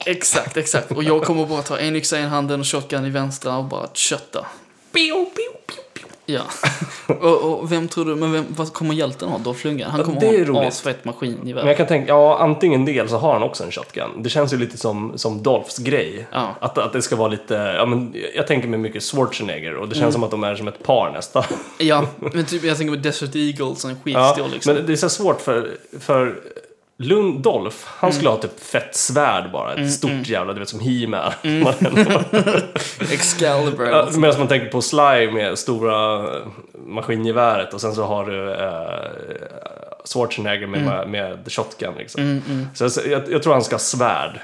[SPEAKER 1] exakt, exakt. Och jag kommer bara ta en yxa i en handen och shotgun i vänstra och bara kötta.
[SPEAKER 2] Pew, pew, pew, pew.
[SPEAKER 1] Ja. och, och vem tror du, men vem, vad kommer hjälten ha? Dolph Lundgren? Han
[SPEAKER 2] Ja,
[SPEAKER 1] kommer
[SPEAKER 2] det är
[SPEAKER 1] ha en
[SPEAKER 2] roligt.
[SPEAKER 1] asfett
[SPEAKER 2] Men
[SPEAKER 1] maskingevär.
[SPEAKER 2] jag kan tänka, ja antingen del så har han också en shotgun. Det känns ju lite som, som Dolphs grej.
[SPEAKER 1] Ja.
[SPEAKER 2] Att, att det ska vara lite, ja men jag tänker mig mycket Schwarzenegger och det
[SPEAKER 1] Mm.
[SPEAKER 2] känns som att de är som ett par nästan.
[SPEAKER 1] Ja, men typ jag tänker på Desert Eagle som en skitstor
[SPEAKER 2] Ja,
[SPEAKER 1] liksom.
[SPEAKER 2] Men det är så här svårt för, för Lund Dolph,
[SPEAKER 1] Mm.
[SPEAKER 2] han skulle ha typ fett svärd bara. Ett stort jävla, du vet som He-Man.
[SPEAKER 1] Mm. Excalibur.
[SPEAKER 2] Ja, Medan man tänker på Sly med stora eh, maskingeväret och sen så har du eh, Schwarzenegger med, med shotgun liksom. Så jag, jag, jag tror han ska ha svärd.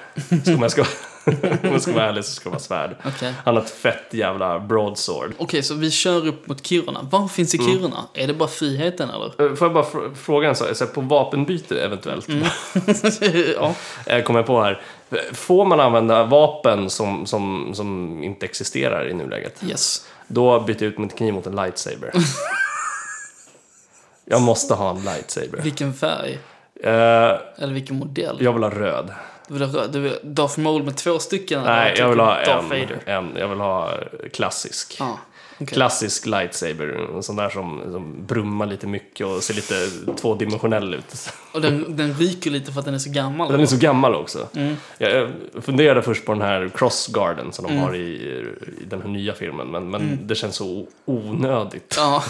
[SPEAKER 2] Så om jag ska, om jag ska vara ärlig så ska det vara svärd.
[SPEAKER 1] Okej.
[SPEAKER 2] Han har ett fett jävla broadsword.
[SPEAKER 1] Okej, så vi kör upp mot Kiruna. Vad finns
[SPEAKER 2] Mm.
[SPEAKER 1] i Kiruna? Är det bara friheten eller?
[SPEAKER 2] Eh, Får jag bara fr- fråga en sak, så här, på vapenbyte eventuellt?
[SPEAKER 1] ja.
[SPEAKER 2] Eh, Kommer jag på här. Får man använda vapen som, som, som inte existerar i nuläget?
[SPEAKER 1] Yes.
[SPEAKER 2] Då bytte jag ut min kniv mot en lightsaber. jag måste ha en lightsaber.
[SPEAKER 1] Vilken färg?
[SPEAKER 2] Eh,
[SPEAKER 1] Eller vilken modell?
[SPEAKER 2] jag vill ha röd.
[SPEAKER 1] Du vill ha röd? Du vill Darth Maul med två stycken?
[SPEAKER 2] Nej,
[SPEAKER 1] Eller
[SPEAKER 2] jag vill
[SPEAKER 1] typ
[SPEAKER 2] ha
[SPEAKER 1] Darth
[SPEAKER 2] en,
[SPEAKER 1] Vader.
[SPEAKER 2] en. Jag vill ha klassisk.
[SPEAKER 1] Ja, okej.
[SPEAKER 2] Klassisk lightsaber. En sån där som, som brummar lite mycket och ser lite tvådimensionell ut.
[SPEAKER 1] Och den, den ryker lite för att den är så gammal.
[SPEAKER 2] Den är så gammal också.
[SPEAKER 1] Mm.
[SPEAKER 2] Jag jag funderade först på den här Cross Garden som de
[SPEAKER 1] Mm.
[SPEAKER 2] har i, i den här nya filmen, men, men det känns så onödigt.
[SPEAKER 1] Ja,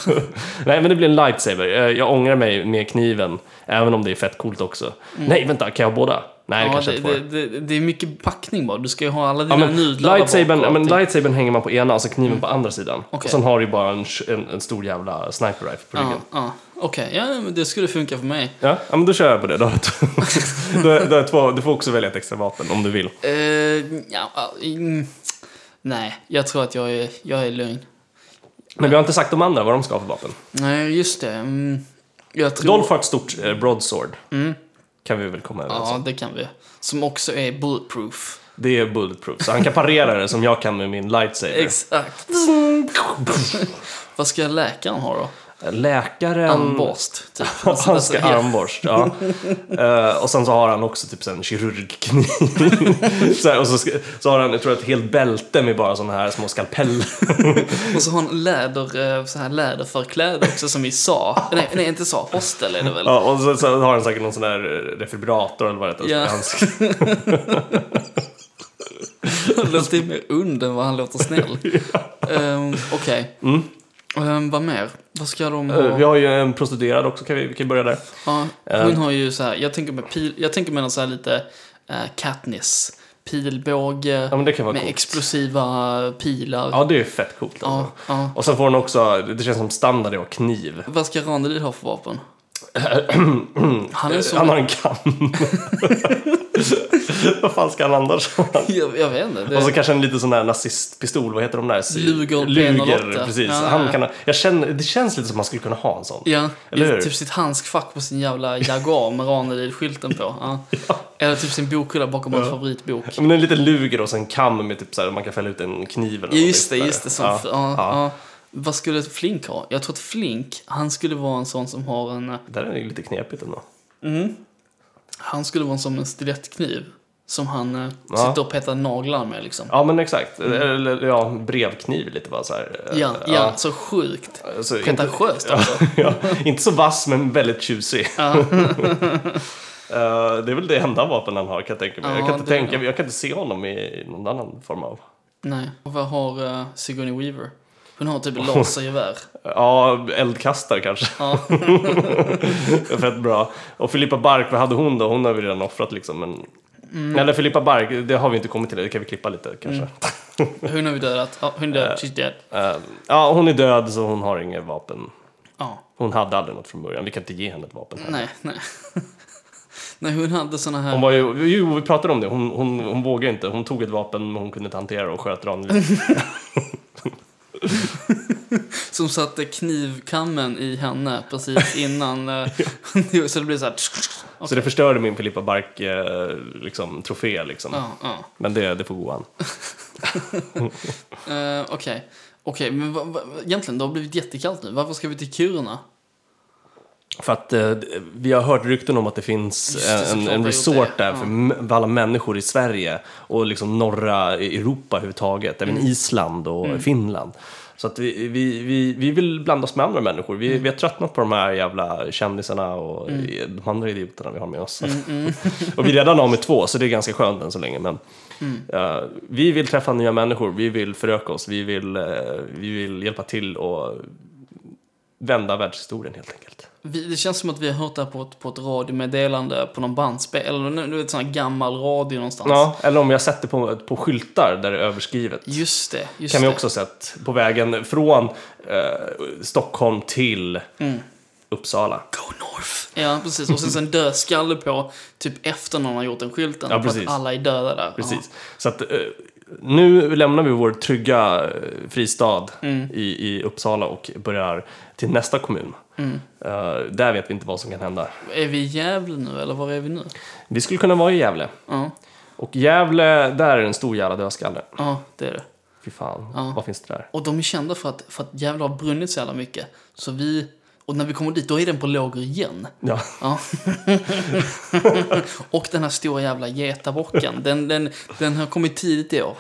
[SPEAKER 2] Nej, men det blir en lightsaber. Eh, Jag ångrar mig med kniven, även om det är fett coolt också. Nej, vänta, kan jag ha båda? Nej, det
[SPEAKER 1] Mm. ja
[SPEAKER 2] kanske
[SPEAKER 1] det,
[SPEAKER 2] jag inte
[SPEAKER 1] det,
[SPEAKER 2] får.
[SPEAKER 1] det, det är mycket packning bara. Du ska ju ha alla dina
[SPEAKER 2] Ja, men
[SPEAKER 1] nudlar där
[SPEAKER 2] lightsabern,
[SPEAKER 1] bak
[SPEAKER 2] ja,
[SPEAKER 1] och
[SPEAKER 2] men
[SPEAKER 1] allting. Mm.
[SPEAKER 2] lightsabern hänger man på ena och så kniven på andra sidan.
[SPEAKER 1] Okej.
[SPEAKER 2] Och sen har du ju bara en, en, en stor jävla sniper rifle på ryggen.
[SPEAKER 1] Ja, ja. Okej, ja, men det skulle funka för mig.
[SPEAKER 2] Ja, ja men då kör jag på det. Då har jag två- då, har- då har jag två, du får också välja ett extra vapen om du vill.
[SPEAKER 1] Eh, ja, mm, nej, jag tror att jag är, jag är lögn.
[SPEAKER 2] Men vi har inte sagt de andra vad de ska ha för vapen.
[SPEAKER 1] Nej, just det. Mm, jag tror...
[SPEAKER 2] Dolph har ett stort eh, broadsword. Kan vi väl komma överens om.
[SPEAKER 1] Mm. Ja, det kan vi. Som också är bulletproof.
[SPEAKER 2] Det är bulletproof, så han kan parera det som jag kan med min lightsaber.
[SPEAKER 1] Exakt. Vad ska läkaren ha då?
[SPEAKER 2] Läkaren...
[SPEAKER 1] Armborst, typ.
[SPEAKER 2] Han ska
[SPEAKER 1] Ja.
[SPEAKER 2] armborst, Alltså, ja. Eh, och sen så har han också typ så här en kirurgkniv. så här, och så, ska, så har han, jag tror ett helt bälte med bara såna här små skalpeller.
[SPEAKER 1] Och så har han läder, eh, så här läderförkläde också som vi sa. Nej, nej inte sa. Hostel är det väl?
[SPEAKER 2] ja, och så, så har han säkert någon sån där eh, defibrator eller vad det heter.
[SPEAKER 1] Ja.
[SPEAKER 2] Hans-
[SPEAKER 1] Han låter ju mer und än vad han låter snäll. Ehm, Okej. Ehm, vad mer? Vad ska de ha?
[SPEAKER 2] Mm. Eh, vi har Eh. ju en prostituerad också, kan vi, vi kan börja där.
[SPEAKER 1] Ja, hon har ju så här, jag tänker med pil, jag tänker med någon så här lite eh, Katniss. Pilbåge
[SPEAKER 2] Ja, men det kan vara
[SPEAKER 1] med
[SPEAKER 2] coolt.
[SPEAKER 1] explosiva pilar.
[SPEAKER 2] Ja, det är ju fett coolt. Alltså.
[SPEAKER 1] Ja, ja.
[SPEAKER 2] Och sen får hon också, det känns som standard att ha kniv.
[SPEAKER 1] Vad ska Ranelid ha för vapen? han är
[SPEAKER 2] Eh,
[SPEAKER 1] så...
[SPEAKER 2] Han har en kam. vad fan ska han annars ha?
[SPEAKER 1] jag, jag vet inte. Det,
[SPEAKER 2] Och så kanske en liten sån där nazistpistol, vad heter de där? Si-
[SPEAKER 1] Eh. Luger, Ah.
[SPEAKER 2] Luger
[SPEAKER 1] Penalotta.
[SPEAKER 2] precis.
[SPEAKER 1] Ja,
[SPEAKER 2] han
[SPEAKER 1] ja.
[SPEAKER 2] kan, ha- jag känner, det känns lite som att man skulle kunna ha en sån.
[SPEAKER 1] ja,
[SPEAKER 2] Eller hur?
[SPEAKER 1] typ sitt handskfack på sin jävla Jaguar med Ranelid-skylten på. Ja. Eller typ sin bokhylla bakom hans favoritbok.
[SPEAKER 2] Men en liten luger och sen kam med typ så här, man kan fälla ut en kniv eller
[SPEAKER 1] Ja, Just det,
[SPEAKER 2] någonting
[SPEAKER 1] just det. Som,
[SPEAKER 2] sådär.
[SPEAKER 1] ja, ja. Vad skulle Flink ha? Jag tror att Flink, han skulle vara en sån som har en... eh,
[SPEAKER 2] Det där är ju lite knepigt ändå.
[SPEAKER 1] Han skulle vara som en stilettkniv. Som han eh,
[SPEAKER 2] Ja.
[SPEAKER 1] sitter och petar naglar med liksom.
[SPEAKER 2] Ja men exakt, eller ja, brevkniv lite bara så här. eh,
[SPEAKER 1] Ja, ja, så sjukt.
[SPEAKER 2] Så inte,
[SPEAKER 1] Pretentiöst alltså.
[SPEAKER 2] ja, inte så vass men väldigt tjusig. Eh, det är väl det enda vapen han har kan jag tänka mig. jag,
[SPEAKER 1] Ja,
[SPEAKER 2] kan inte
[SPEAKER 1] det-
[SPEAKER 2] tänka, jag kan inte se honom i någon annan form av...
[SPEAKER 1] Nej. Och vad har eh, Sigourney Weaver? Hon har typ lasergevär.
[SPEAKER 2] Ja, eldkastare kanske.
[SPEAKER 1] Ja.
[SPEAKER 2] Fett bra. Och Filippa Bark, vad hade hon då? Hon har vi redan offrat liksom. Men...
[SPEAKER 1] Mm.
[SPEAKER 2] Eller Filippa Bark, det har vi inte kommit till. Det kan vi klippa lite kanske.
[SPEAKER 1] Hon har vi dödat. Ja, hon är död. She's dead.
[SPEAKER 2] Eh, ja, hon är död så hon har inget vapen.
[SPEAKER 1] Ja.
[SPEAKER 2] Hon hade aldrig något från början. Vi kan inte ge henne ett vapen. Här.
[SPEAKER 1] Nej, nej. nej, hon hade såna här...
[SPEAKER 2] Hon var ju, jo, vi pratade om det. Hon, hon, hon vågade inte. Hon tog ett vapen men hon kunde inte hantera det och sköt Ranelid.
[SPEAKER 1] Som satte knivkammen i henne precis innan. eh, så det blev så här...
[SPEAKER 2] Så det förstörde min Filippa Bark eh, liksom, trofé liksom.
[SPEAKER 1] Ja, ja.
[SPEAKER 2] Men det, det får gå an.
[SPEAKER 1] Eh, Okej. Okej, men va, va, egentligen, det har blivit jättekallt nu. Varför ska vi till Kiruna?
[SPEAKER 2] För att eh, vi har hört rykten om att det finns eh,
[SPEAKER 1] Just det,
[SPEAKER 2] en,
[SPEAKER 1] såklart
[SPEAKER 2] en
[SPEAKER 1] har
[SPEAKER 2] resort
[SPEAKER 1] gjort det.
[SPEAKER 2] där för m- alla människor i Sverige och liksom norra Europa överhuvudtaget, även
[SPEAKER 1] Mm.
[SPEAKER 2] Island och Finland. Så att vi, vi, vi, vi vill blanda oss med andra människor. Vi,
[SPEAKER 1] Mm.
[SPEAKER 2] vi har tröttnat på de här jävla kändisarna och de andra idioterna vi har med oss.
[SPEAKER 1] Mm,
[SPEAKER 2] och vi är redan av med två, så det är ganska skönt än så länge. Men,
[SPEAKER 1] Mm.
[SPEAKER 2] eh, vi vill träffa nya människor, vi vill föröka oss, vi vill, eh, vi vill hjälpa till och vända världshistorien helt enkelt.
[SPEAKER 1] Vi, det känns som att vi har hört det här på ett, på ett radiomeddelande på någon bandspel, eller nu- nu är det sån här gammal radio någonstans.
[SPEAKER 2] Ja, eller om jag sett det på, på skyltar där det är överskrivet.
[SPEAKER 1] Just det, just
[SPEAKER 2] kan
[SPEAKER 1] det.
[SPEAKER 2] vi också ha sett på vägen från eh, Stockholm till Uppsala.
[SPEAKER 1] Mm. Go North! Ja, precis. Och sen så en dödskalle på, typ efter någon har gjort den skylten.
[SPEAKER 2] Ja,
[SPEAKER 1] för
[SPEAKER 2] precis.
[SPEAKER 1] Att alla är döda där.
[SPEAKER 2] Precis. Så att, eh, nu lämnar vi vår trygga eh, fristad
[SPEAKER 1] Mm.
[SPEAKER 2] i, i Uppsala och börjar till nästa kommun.
[SPEAKER 1] Mm.
[SPEAKER 2] Eh, där vet vi inte vad som kan hända.
[SPEAKER 1] Ja. Är vi i Gävle nu, eller var är vi nu?
[SPEAKER 2] Vi skulle kunna vara i Gävle.
[SPEAKER 1] Ja,
[SPEAKER 2] Och Gävle, där är en stor jävla dödskalle.
[SPEAKER 1] ja det är det.
[SPEAKER 2] Fy fan,
[SPEAKER 1] Ja.
[SPEAKER 2] vad finns det där?
[SPEAKER 1] Och de är kända för att, för att Gävle har brunnit så jävla mycket. Så vi... Och när vi kommer dit, då är den på lågor igen.
[SPEAKER 2] Ja.
[SPEAKER 1] Ja. och den här stora jävla getabocken. Den, den, den har kommit tidigt i år.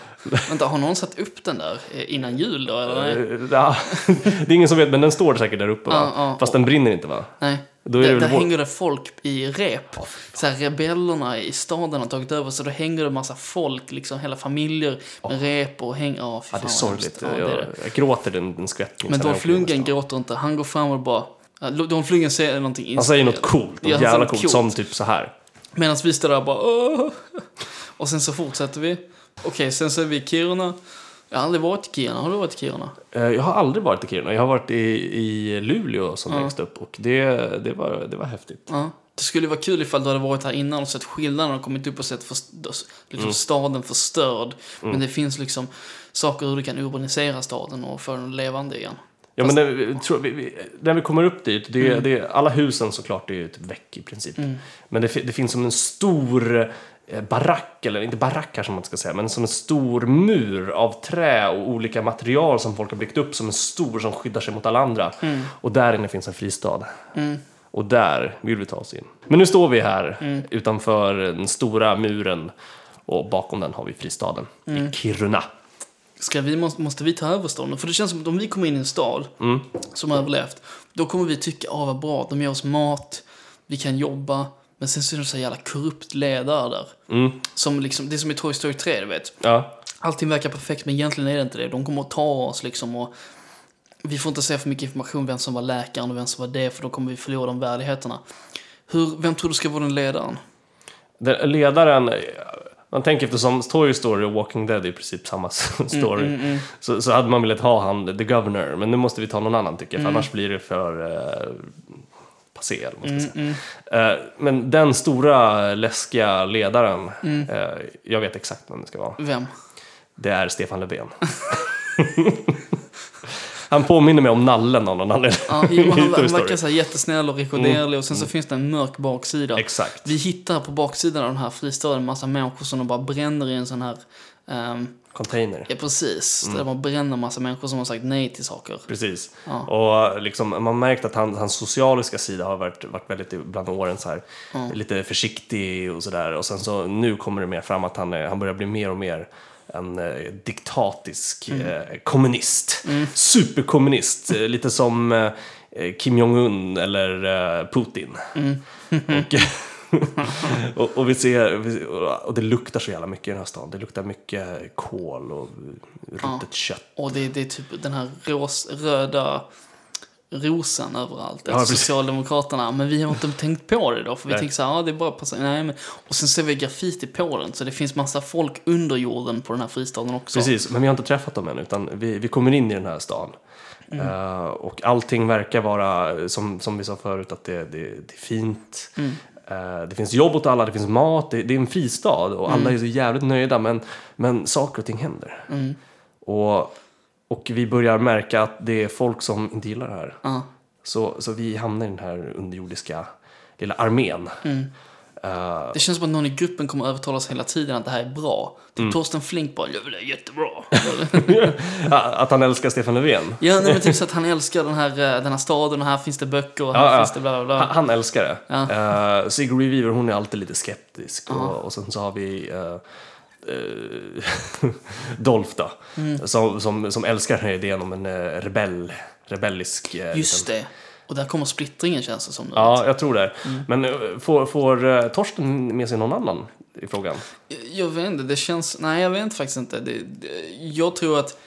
[SPEAKER 1] Vänta, har någon satt upp den där eh, innan jul då? Eller? Nej.
[SPEAKER 2] Eh, ja. det är ingen som vet, men den står säkert där uppe va?
[SPEAKER 1] Ja, ja.
[SPEAKER 2] Fast den brinner inte va?
[SPEAKER 1] Nej.
[SPEAKER 2] Då är det
[SPEAKER 1] där
[SPEAKER 2] väl
[SPEAKER 1] där
[SPEAKER 2] vår-
[SPEAKER 1] hänger det folk i rep. Så här, rebellerna i staden har tagit över, så då hänger det massa folk, liksom hela familjer med rep och häng... Ja, fy
[SPEAKER 2] Ja, det
[SPEAKER 1] fan,
[SPEAKER 2] är
[SPEAKER 1] vad hemskt.
[SPEAKER 2] sorgligt.
[SPEAKER 1] Ja, det är det.
[SPEAKER 2] Jag, jag gråter den, den skvättning.
[SPEAKER 1] Men
[SPEAKER 2] sen
[SPEAKER 1] Dolph
[SPEAKER 2] jag åker in
[SPEAKER 1] Lundgren
[SPEAKER 2] i stan.
[SPEAKER 1] gråter inte, han går fram och bara... Ja, Dolph Lundgren säger någonting
[SPEAKER 2] Han säger något coolt, något
[SPEAKER 1] Ja, han säger
[SPEAKER 2] jävla
[SPEAKER 1] något
[SPEAKER 2] coolt,
[SPEAKER 1] coolt.
[SPEAKER 2] som typ så här.
[SPEAKER 1] Medan vi står där och bara Åh! Och sen så fortsätter vi. Okej, sen så är vi i Kiruna. Jag har aldrig varit i Kiruna. Har du varit i Kiruna?
[SPEAKER 2] Eh, Jag har aldrig varit i Kiruna, jag har varit i, i Luleå som längst upp och det, det, var, det var häftigt.
[SPEAKER 1] Ja. Det skulle vara kul ifall du hade varit här innan och sett skillnaden och kommit upp och sett först- liksom staden förstörd. Men det finns liksom saker hur du kan urbanisera staden och få den levande igen.
[SPEAKER 2] Ja, men när, vi, tror vi- vi, när vi kommer upp dit, det, det, alla husen såklart är ju typ väck i princip. Men det, fi- det finns som en stor eh, barack, eller inte barack kanske man ska säga, men som en stor mur av trä och olika material som folk har byggt upp som en stor som skyddar sig mot alla andra. Och där inne finns en fristad. Och där vill vi ta oss in. Men nu står vi här utanför den stora muren och bakom den har vi fristaden i Kiruna.
[SPEAKER 1] Ska vi, måste, måste vi ta över staden? För det känns som att om vi kommer in i en stad som har överlevt, då kommer vi tycka, ah vad bra, de ger oss mat, vi kan jobba. Men sen så är det så jävla korrupt ledare där. Som liksom, det är som i Toy Story 3, du vet.
[SPEAKER 2] Mm. Ja.
[SPEAKER 1] Allting verkar perfekt, men egentligen är det inte det. De kommer att ta oss liksom och vi får inte se för mycket information vem som var läkaren och vem som var det, för då kommer vi förlora de värdigheterna. Hur, vem tror du ska vara den ledaren?
[SPEAKER 2] Den, ledaren, man tänker eftersom Toy Story och Walking Dead är i princip samma
[SPEAKER 1] Mm,
[SPEAKER 2] story. Så, så hade man velat ha han, the governor, men nu måste vi ta någon annan tycker jag,
[SPEAKER 1] Mm.
[SPEAKER 2] för annars blir det för eh, passé eller vad man ska säga.
[SPEAKER 1] Mm,
[SPEAKER 2] Eh, men den stora läskiga ledaren,
[SPEAKER 1] Mm.
[SPEAKER 2] eh, jag vet exakt vem det ska vara.
[SPEAKER 1] Vem?
[SPEAKER 2] Det är Stefan Löfven. han påminner mig om Nallen av någon anledning.
[SPEAKER 1] Ja, jo,
[SPEAKER 2] i
[SPEAKER 1] han,
[SPEAKER 2] Toy
[SPEAKER 1] han
[SPEAKER 2] Story. Mm.
[SPEAKER 1] verkar så här jättesnäll och rekorderlig och sen så finns det en mörk baksida.
[SPEAKER 2] Exakt.
[SPEAKER 1] Vi hittar på baksidan av den här fristaden en massa människor som de bara bränner i en sån här... ehm,
[SPEAKER 2] Container.
[SPEAKER 1] ja, precis.
[SPEAKER 2] Mm.
[SPEAKER 1] Där man bränner en massa människor som har sagt nej till saker.
[SPEAKER 2] Precis.
[SPEAKER 1] Ja.
[SPEAKER 2] Och liksom, man har märkt att han, hans socialiska sida har varit, varit väldigt bland åren så här, lite försiktig och sådär. Och sen så nu kommer det mer fram att han, är- han börjar bli mer och mer en eh, diktatisk eh, kommunist. Superkommunist. eh, lite som eh, Kim Jong-Un eller eh, Putin. Och, och, och vi ser, vi- och det luktar så jävla mycket i den här stan. Det luktar mycket kol och ruttet kött.
[SPEAKER 1] Och det, det är typ den här ros, röda rosen överallt. efter
[SPEAKER 2] Ja, precis.
[SPEAKER 1] Socialdemokraterna. Men vi har inte tänkt på det då. För vi
[SPEAKER 2] Nej.
[SPEAKER 1] tänkte så här, ja det är bara passar. Nej, men... Och sen ser vi graffiti på den. Så det finns massa folk under jorden på den här fristaden också.
[SPEAKER 2] Precis, men vi har inte träffat dem än utan vi, vi kommer in i den här stan. Eh, och allting verkar vara, som, som vi sa förut, att det, det, det är fint. Eh, det finns jobb åt alla, det finns mat, det, det är en fristad och alla är så jävligt nöjda men, men saker och ting händer. Och, och vi börjar märka att det är folk som inte gillar det här.
[SPEAKER 1] Ja.
[SPEAKER 2] Så, så vi hamnar i den här underjordiska lilla armén. Eh,
[SPEAKER 1] Det känns som att någon i gruppen kommer övertalas hela tiden att det här är bra. Typ
[SPEAKER 2] Mm.
[SPEAKER 1] Torsten Flink bara, jag vill det är jättebra.
[SPEAKER 2] att han älskar Stefan Löfven.
[SPEAKER 1] ja, nej, men typ så att han älskar den här, eh, den här staden och här finns det böcker och här
[SPEAKER 2] Ja, ja.
[SPEAKER 1] finns det bla bla
[SPEAKER 2] Han,
[SPEAKER 1] bla.
[SPEAKER 2] han älskar det.
[SPEAKER 1] Ja.
[SPEAKER 2] Eh, Sigourney Weaver hon är alltid lite skeptisk. Och, och sen så har vi eh, eh, Dolph då,
[SPEAKER 1] Mm.
[SPEAKER 2] som, som, som älskar den här idén om en eh, rebell, rebellisk... eh, liten-
[SPEAKER 1] Just det. Och där kommer splittringen känns det Mm. som. nu.
[SPEAKER 2] Ja, jag tror det. Men eh, får, får eh, Torsten med sig någon annan i frågan?
[SPEAKER 1] Mm. Jag vet inte, det känns... Nej, jag vet faktiskt inte. Det, det, jag tror att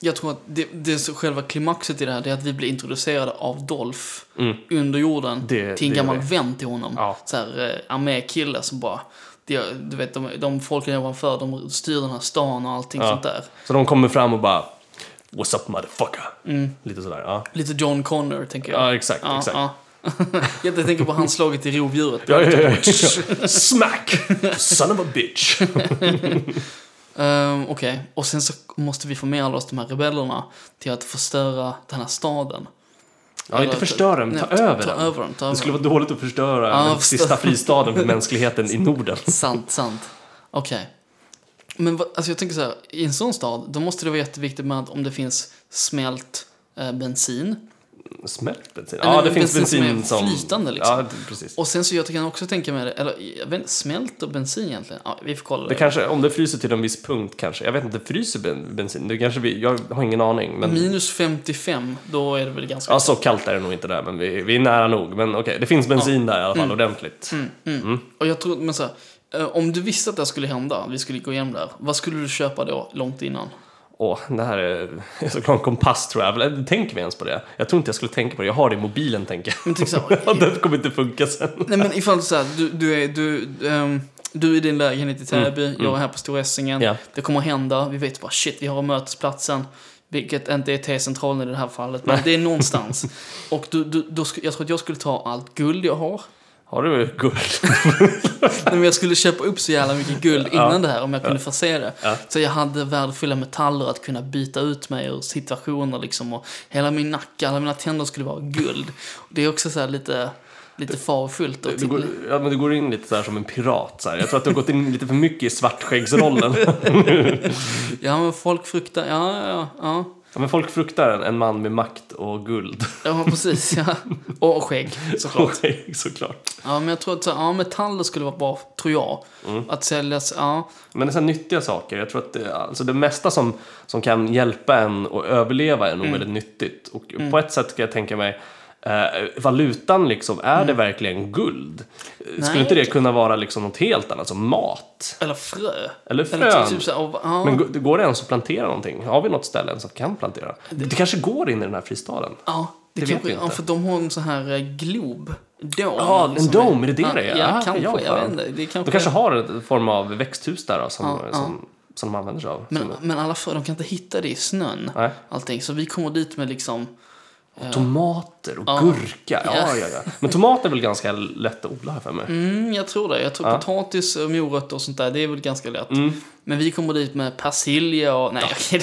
[SPEAKER 1] Jag tror att det, det är så själva klimaxet i det här det är att vi blir introducerade av Dolph under jorden
[SPEAKER 2] Mm. Det-
[SPEAKER 1] till en
[SPEAKER 2] det
[SPEAKER 1] gammal
[SPEAKER 2] gör vi.
[SPEAKER 1] vän till honom.
[SPEAKER 2] Ja.
[SPEAKER 1] Så här, eh, armékille som bara... Det, du vet, de, de folken ovanför, de styr den här stan och allting
[SPEAKER 2] Ja.
[SPEAKER 1] sånt där.
[SPEAKER 2] Så de kommer fram och bara What's up motherfucker? Lite sådär, ja.
[SPEAKER 1] Lite John Connor, tänker jag.
[SPEAKER 2] Ja, exakt,
[SPEAKER 1] Mm. Ja,
[SPEAKER 2] exakt.
[SPEAKER 1] ja. jag tänker på handslaget i rovdjuret.
[SPEAKER 2] Ja, ja, ja. Smack! Son of a bitch!
[SPEAKER 1] Ehm, Okej, och sen så måste vi få med alla oss de här rebellerna till att förstöra den här staden.
[SPEAKER 2] Ja, inte
[SPEAKER 1] Eller-
[SPEAKER 2] förstöra den, ta
[SPEAKER 1] nej,
[SPEAKER 2] över
[SPEAKER 1] ta
[SPEAKER 2] den.
[SPEAKER 1] över den. Ta över
[SPEAKER 2] Det skulle
[SPEAKER 1] den.
[SPEAKER 2] vara dåligt att förstöra
[SPEAKER 1] Ja,
[SPEAKER 2] den
[SPEAKER 1] förstör-
[SPEAKER 2] sista fristaden för mänskligheten i Norden.
[SPEAKER 1] Sant, sant. Okej. Men vad- alltså jag tänker så här, i en sån stad, då måste det vara jätteviktigt med att om det finns smält eh, bensin.
[SPEAKER 2] Smält bensin?
[SPEAKER 1] Nej,
[SPEAKER 2] Ja,
[SPEAKER 1] men
[SPEAKER 2] det finns
[SPEAKER 1] bensin som
[SPEAKER 2] bensin
[SPEAKER 1] är
[SPEAKER 2] som...
[SPEAKER 1] flytande, liksom.
[SPEAKER 2] Ja, det- precis.
[SPEAKER 1] Och sen så jag kan också tänka mig, det- eller jag vet inte, smält och bensin egentligen? Ja, vi får kolla
[SPEAKER 2] Det
[SPEAKER 1] det.
[SPEAKER 2] kanske, om det fryser till en viss punkt kanske. Jag vet inte, fryser ben, bensin? Det kanske vi, jag har ingen aning. Men,
[SPEAKER 1] Minus 55, då är det väl ganska...
[SPEAKER 2] ja, så kallt är det nog inte där, men vi, vi är nära nog. Men okej, det finns bensin där i alla fall,
[SPEAKER 1] Mm.
[SPEAKER 2] ordentligt.
[SPEAKER 1] Och jag tror, men så här, eh, om du visste att det här skulle hända, vi skulle gå igenom där, vad skulle du köpa då, långt innan?
[SPEAKER 2] Åh, det här är är såklart en kompass tror jag. Eller, Tänker vi ens på det? Jag tror inte jag skulle tänka på det. Jag har det i mobilen, tänker jag.
[SPEAKER 1] Men till exempel,
[SPEAKER 2] Ja, det kommer inte funka sen.
[SPEAKER 1] Nej men ifall så här, du, du är du, ehm, du är i din lägenhet i Täby, jag är här på Storässingen.
[SPEAKER 2] Mm, Ja.
[SPEAKER 1] Det kommer hända, vi vet bara shit, vi har mötesplatsen. Vilket inte är T-centralen i det här fallet, men det är någonstans. Och du, du, då sku, jag tror att jag skulle ta allt guld jag har.
[SPEAKER 2] Har du guld?
[SPEAKER 1] Nej, men jag skulle köpa upp så jävla mycket guld innan det här om jag kunde förse det. Så jag hade värdefulla metaller att kunna byta ut mig ur situationer liksom. Och hela min nacke, alla mina tänder skulle vara guld. Det är också så här lite, lite farofyllt. och
[SPEAKER 2] Du
[SPEAKER 1] till-
[SPEAKER 2] går, ja, men du går in lite så här som en pirat. Så här. Jag tror att du har gått in lite för mycket i svartskäggsrollen.
[SPEAKER 1] Ja, men folk fruktar. Ja, ja, ja.
[SPEAKER 2] Ja, men folk fruktar en, en man med makt och guld.
[SPEAKER 1] Ja, precis. Ja. Och, och skägg, såklart.
[SPEAKER 2] Okej, såklart.
[SPEAKER 1] Ja, men jag tror att så, ja, metaller skulle vara bra, tror jag.
[SPEAKER 2] Mm.
[SPEAKER 1] Att säljas, ja.
[SPEAKER 2] Men det är så här nyttiga saker. Jag tror att det, alltså det mesta som, som kan hjälpa en att överleva är nog
[SPEAKER 1] Mm.
[SPEAKER 2] väldigt nyttigt. Och på ett sätt kan jag tänka mig eh, valutan liksom, är
[SPEAKER 1] Mm.
[SPEAKER 2] det verkligen guld? Eh, Skulle inte det kunna vara liksom något helt annat, som mat?
[SPEAKER 1] Eller frö.
[SPEAKER 2] Eller
[SPEAKER 1] Eller
[SPEAKER 2] frön?
[SPEAKER 1] typ så, här, och, ja.
[SPEAKER 2] Men g- går det ens att plantera någonting? Har vi något ställe ens som kan plantera? Det, det kanske går in i den här fristaden?
[SPEAKER 1] ja, det,
[SPEAKER 2] det vet
[SPEAKER 1] kanske,
[SPEAKER 2] vi
[SPEAKER 1] ja,
[SPEAKER 2] inte.
[SPEAKER 1] för de har en sån här eh, glob. Dome.
[SPEAKER 2] Ja, en dome, är det det det är?
[SPEAKER 1] liksom Ja,
[SPEAKER 2] Ah,
[SPEAKER 1] kanske.
[SPEAKER 2] ja,
[SPEAKER 1] jag vet
[SPEAKER 2] fan.
[SPEAKER 1] inte. Det är kanske...
[SPEAKER 2] De kanske har en form av växthus där då, som,
[SPEAKER 1] Ja,
[SPEAKER 2] som, som de använder sig av.
[SPEAKER 1] men,
[SPEAKER 2] som,
[SPEAKER 1] men alla frö, de kan inte hitta det i snön.
[SPEAKER 2] nej.
[SPEAKER 1] Allting. Så vi kommer dit med liksom...
[SPEAKER 2] Tomater och
[SPEAKER 1] Ja.
[SPEAKER 2] gurka.
[SPEAKER 1] Ja.
[SPEAKER 2] Ja, ja, ja. Men tomater är väl ganska lätt att odla här för mig.
[SPEAKER 1] Mm, jag tror det. Jag tror potatis och morötter och sånt där, det är väl ganska lätt.
[SPEAKER 2] Mm.
[SPEAKER 1] Men vi kommer dit med persilja och... Nej, okej.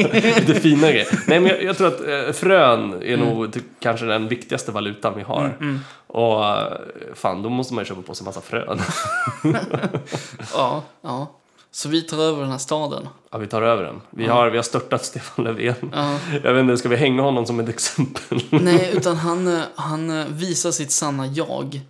[SPEAKER 1] det-
[SPEAKER 2] Lite fina grejer. Nej, men jag, jag tror att eh, frön är
[SPEAKER 1] Mm.
[SPEAKER 2] nog ty- kanske den viktigaste valutan vi har. Och eh, fan, då måste man ju köpa på sig massa frön.
[SPEAKER 1] ja, ja. Så vi tar över den här staden.
[SPEAKER 2] Ja, vi tar över den. Vi har, vi har störtat Stefan Löfven.
[SPEAKER 1] Ja.
[SPEAKER 2] Jag vet inte, ska vi hänga honom som ett exempel?
[SPEAKER 1] Nej, utan han, eh, han eh, visar sitt sanna jag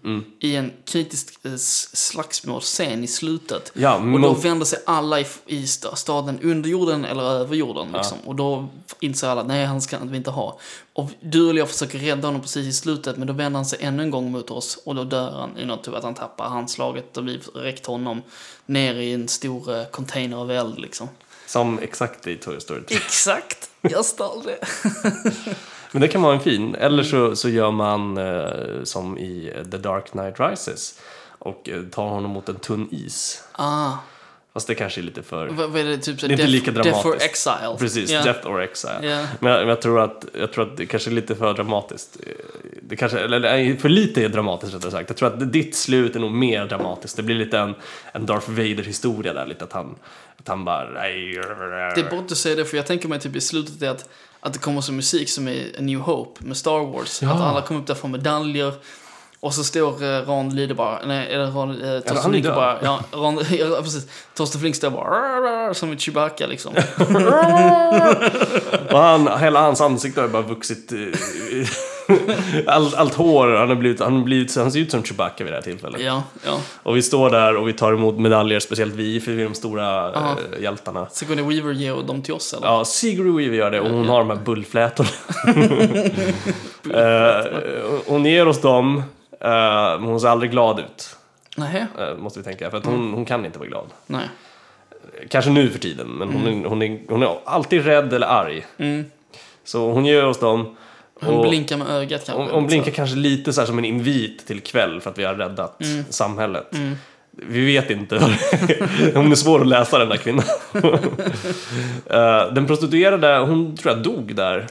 [SPEAKER 1] i en kritisk eh, s- slagsmålscen i slutet.
[SPEAKER 2] Ja,
[SPEAKER 1] Och då
[SPEAKER 2] mot-
[SPEAKER 1] vänder sig alla i, f- i sta- staden under jorden eller över jorden. Liksom. Och då inser alla att nej, han ska vi inte ha. Och du eller jag försöker rädda honom precis i slutet, men då vänder han sig ännu en gång mot oss. Och då dör han i något, typ att han tappar handslaget och vi räckt honom ner i en stor eh, container av eld liksom.
[SPEAKER 2] Som exakt i Toy Story 3.
[SPEAKER 1] Exakt! Jag stal det.
[SPEAKER 2] Men det kan vara en fin. Eller
[SPEAKER 1] Mm.
[SPEAKER 2] så, så gör man eh, som i The Dark Knight Rises och eh, tar honom mot en tunn is.
[SPEAKER 1] Ah.
[SPEAKER 2] Fast det kanske är lite för...
[SPEAKER 1] Vad, vad är det? Typ så
[SPEAKER 2] Det är inte
[SPEAKER 1] death,
[SPEAKER 2] lika
[SPEAKER 1] Death for
[SPEAKER 2] dramatiskt.
[SPEAKER 1] exile.
[SPEAKER 2] Precis,
[SPEAKER 1] Ja.
[SPEAKER 2] Death or Exile.
[SPEAKER 1] Ja.
[SPEAKER 2] Men, jag, men jag, tror att, jag tror att det kanske är lite för dramatiskt. Eh, Det kanske, eller nej, för lite är dramatiskt rättare sagt. Jag tror att ditt slut är nog mer dramatiskt. Det blir lite en, en Darth Vader-historia där lite att han, att han bara...
[SPEAKER 1] Det är bra att du säger det, för jag tänker mig typ i slutet är att, att det kommer så musik som i A New Hope med Star Wars.
[SPEAKER 2] Ja.
[SPEAKER 1] Att alla kommer upp där får medaljer. Och så står eh, Ron Lider bara, nej, eller Ron, eh,
[SPEAKER 2] han
[SPEAKER 1] Torsten
[SPEAKER 2] är
[SPEAKER 1] Flink
[SPEAKER 2] död.
[SPEAKER 1] bara, ja, Ron, ja, precis. Torsten Flink står bara, "Rar, rar", som i Chewbacca liksom.
[SPEAKER 2] Och han, hela hans ansikte har ju bara vuxit... eh, Allt, allt hår, han har blivit, han har blivit, han ser ut som Chewbacca vid det här tillfället.
[SPEAKER 1] Ja, ja.
[SPEAKER 2] Och vi står där och vi tar emot medaljer, speciellt vi, för vi är de stora
[SPEAKER 1] Ja.
[SPEAKER 2] eh, hjältarna.
[SPEAKER 1] Sigourney Weaver ger dem till oss eller?
[SPEAKER 2] Ja, Sigourney Weaver gör det och hon har de här bullflätorna. Eh, hon ger oss dem, eh, men hon ser aldrig glad ut.
[SPEAKER 1] Nej, Mm.
[SPEAKER 2] eh, måste vi tänka, för att hon, hon kan inte vara glad.
[SPEAKER 1] nej.
[SPEAKER 2] Kanske nu för tiden, men hon, är, hon, är, hon är alltid rädd eller arg.
[SPEAKER 1] Mm.
[SPEAKER 2] Så hon ger oss dem.
[SPEAKER 1] Hon
[SPEAKER 2] och-
[SPEAKER 1] blinkar med ögat kanske.
[SPEAKER 2] Hon, hon
[SPEAKER 1] liksom.
[SPEAKER 2] blinkar kanske lite så här som en invit till kväll för att vi har räddat
[SPEAKER 1] Mm.
[SPEAKER 2] samhället. Vi vet inte. hon är svår att läsa den där kvinnan. Eh, den prostituerade, hon tror jag dog där.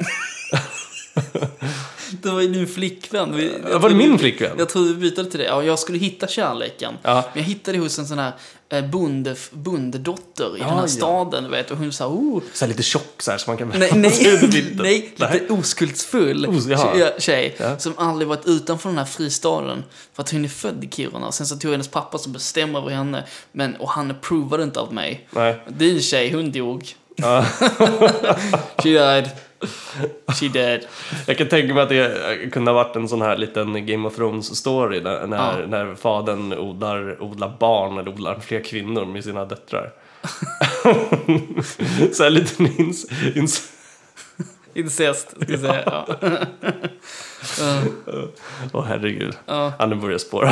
[SPEAKER 1] Det var ju din flickvän. Vi, jag
[SPEAKER 2] var det
[SPEAKER 1] trodde-
[SPEAKER 2] min flickvän?
[SPEAKER 1] Jag trodde vi bytte till det. Ja, jag skulle hitta kärleken.
[SPEAKER 2] Ja.
[SPEAKER 1] Men jag hittade hos en sån här eh, bonde, bondedotter i den
[SPEAKER 2] Ja,
[SPEAKER 1] här
[SPEAKER 2] ja.
[SPEAKER 1] staden. Vet, du. och hon sa oh.
[SPEAKER 2] Så här lite tjock så här så man kan
[SPEAKER 1] Nej,
[SPEAKER 2] se
[SPEAKER 1] nej,
[SPEAKER 2] under bilden.
[SPEAKER 1] nej,
[SPEAKER 2] Nej.
[SPEAKER 1] lite oskuldsfull
[SPEAKER 2] Os- jaha.
[SPEAKER 1] tje- tjej
[SPEAKER 2] Ja.
[SPEAKER 1] som aldrig varit utanför den här fristaden. För att hon är född i Kiruna. Sen så tog hennes pappa som bestämmer över henne. Men, och han approvade inte av mig.
[SPEAKER 2] Nej.
[SPEAKER 1] Din tjej, hon dog.
[SPEAKER 2] Ja.
[SPEAKER 1] She died. She dead.
[SPEAKER 2] Jag kan tänka mig att det kunde ha varit en sån här liten Game of Thrones-story när, när, när fadern odlar, odlar barn eller odlar fler kvinnor med sina döttrar. så här liten ins... ins
[SPEAKER 1] Incest, ska jag säga. Ja. Eh,
[SPEAKER 2] Åh herregud,
[SPEAKER 1] Ja.
[SPEAKER 2] ja, nu börjar jag spåra.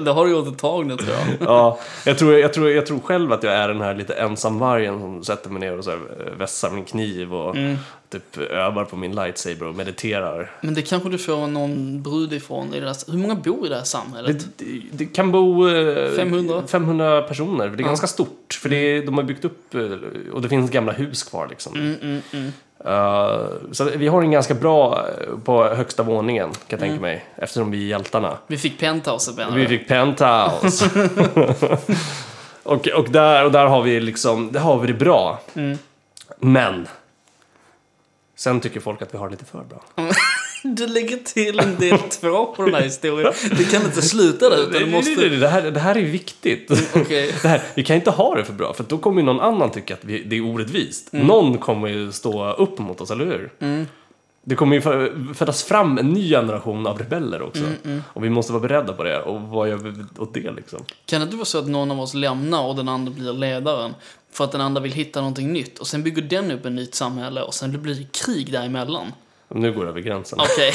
[SPEAKER 1] det har du gjort ett tag nu tror jag.
[SPEAKER 2] ja, jag, tror, jag, tror, jag tror själv att jag är den här lite ensamvargen som sätter mig ner och så här eh, vässar min kniv och
[SPEAKER 1] Mm.
[SPEAKER 2] typ övar på min lightsaber och mediterar.
[SPEAKER 1] Men det kanske du får någon brud ifrån i det här, Hur många bor i det här samhället?
[SPEAKER 2] Det, det, det kan bo eh,
[SPEAKER 1] 500.
[SPEAKER 2] 500 personer, för det är
[SPEAKER 1] Ja.
[SPEAKER 2] ganska stort. För det, de har byggt upp eh, och det finns gamla hus kvar liksom.
[SPEAKER 1] Mm, mm, mm.
[SPEAKER 2] Eh, så vi har en ganska bra eh, på högsta våningen kan jag
[SPEAKER 1] Mm.
[SPEAKER 2] tänka mig, eftersom vi är hjältarna.
[SPEAKER 1] Vi fick penthouse menar
[SPEAKER 2] Vi
[SPEAKER 1] du?
[SPEAKER 2] fick penthouse. och, och, där, och där har vi liksom, där har vi det bra.
[SPEAKER 1] Mm.
[SPEAKER 2] Men. Sen tycker folk att vi har det lite för bra.
[SPEAKER 1] Du lägger till en del två på den här historien. Det kan inte sluta där utan du
[SPEAKER 2] det,
[SPEAKER 1] måste...
[SPEAKER 2] det, det, här, det här är viktigt.
[SPEAKER 1] Okej.
[SPEAKER 2] Det här, vi kan inte ha det för bra, för då kommer ju någon annan tycka att vi, det är orättvist. Någon kommer ju stå upp mot oss, eller hur? Det kommer ju fö- födas fram en ny generation av rebeller också. Och vi måste vara beredda på det. Och vad gör vi åt det liksom?
[SPEAKER 1] Kan det inte vara så att någon av oss lämnar och den andra blir ledaren? För att den andra vill hitta någonting nytt. Och sen bygger den upp ett nytt samhälle och sen blir det krig däremellan.
[SPEAKER 2] Nu går det över gränsen.
[SPEAKER 1] Okej.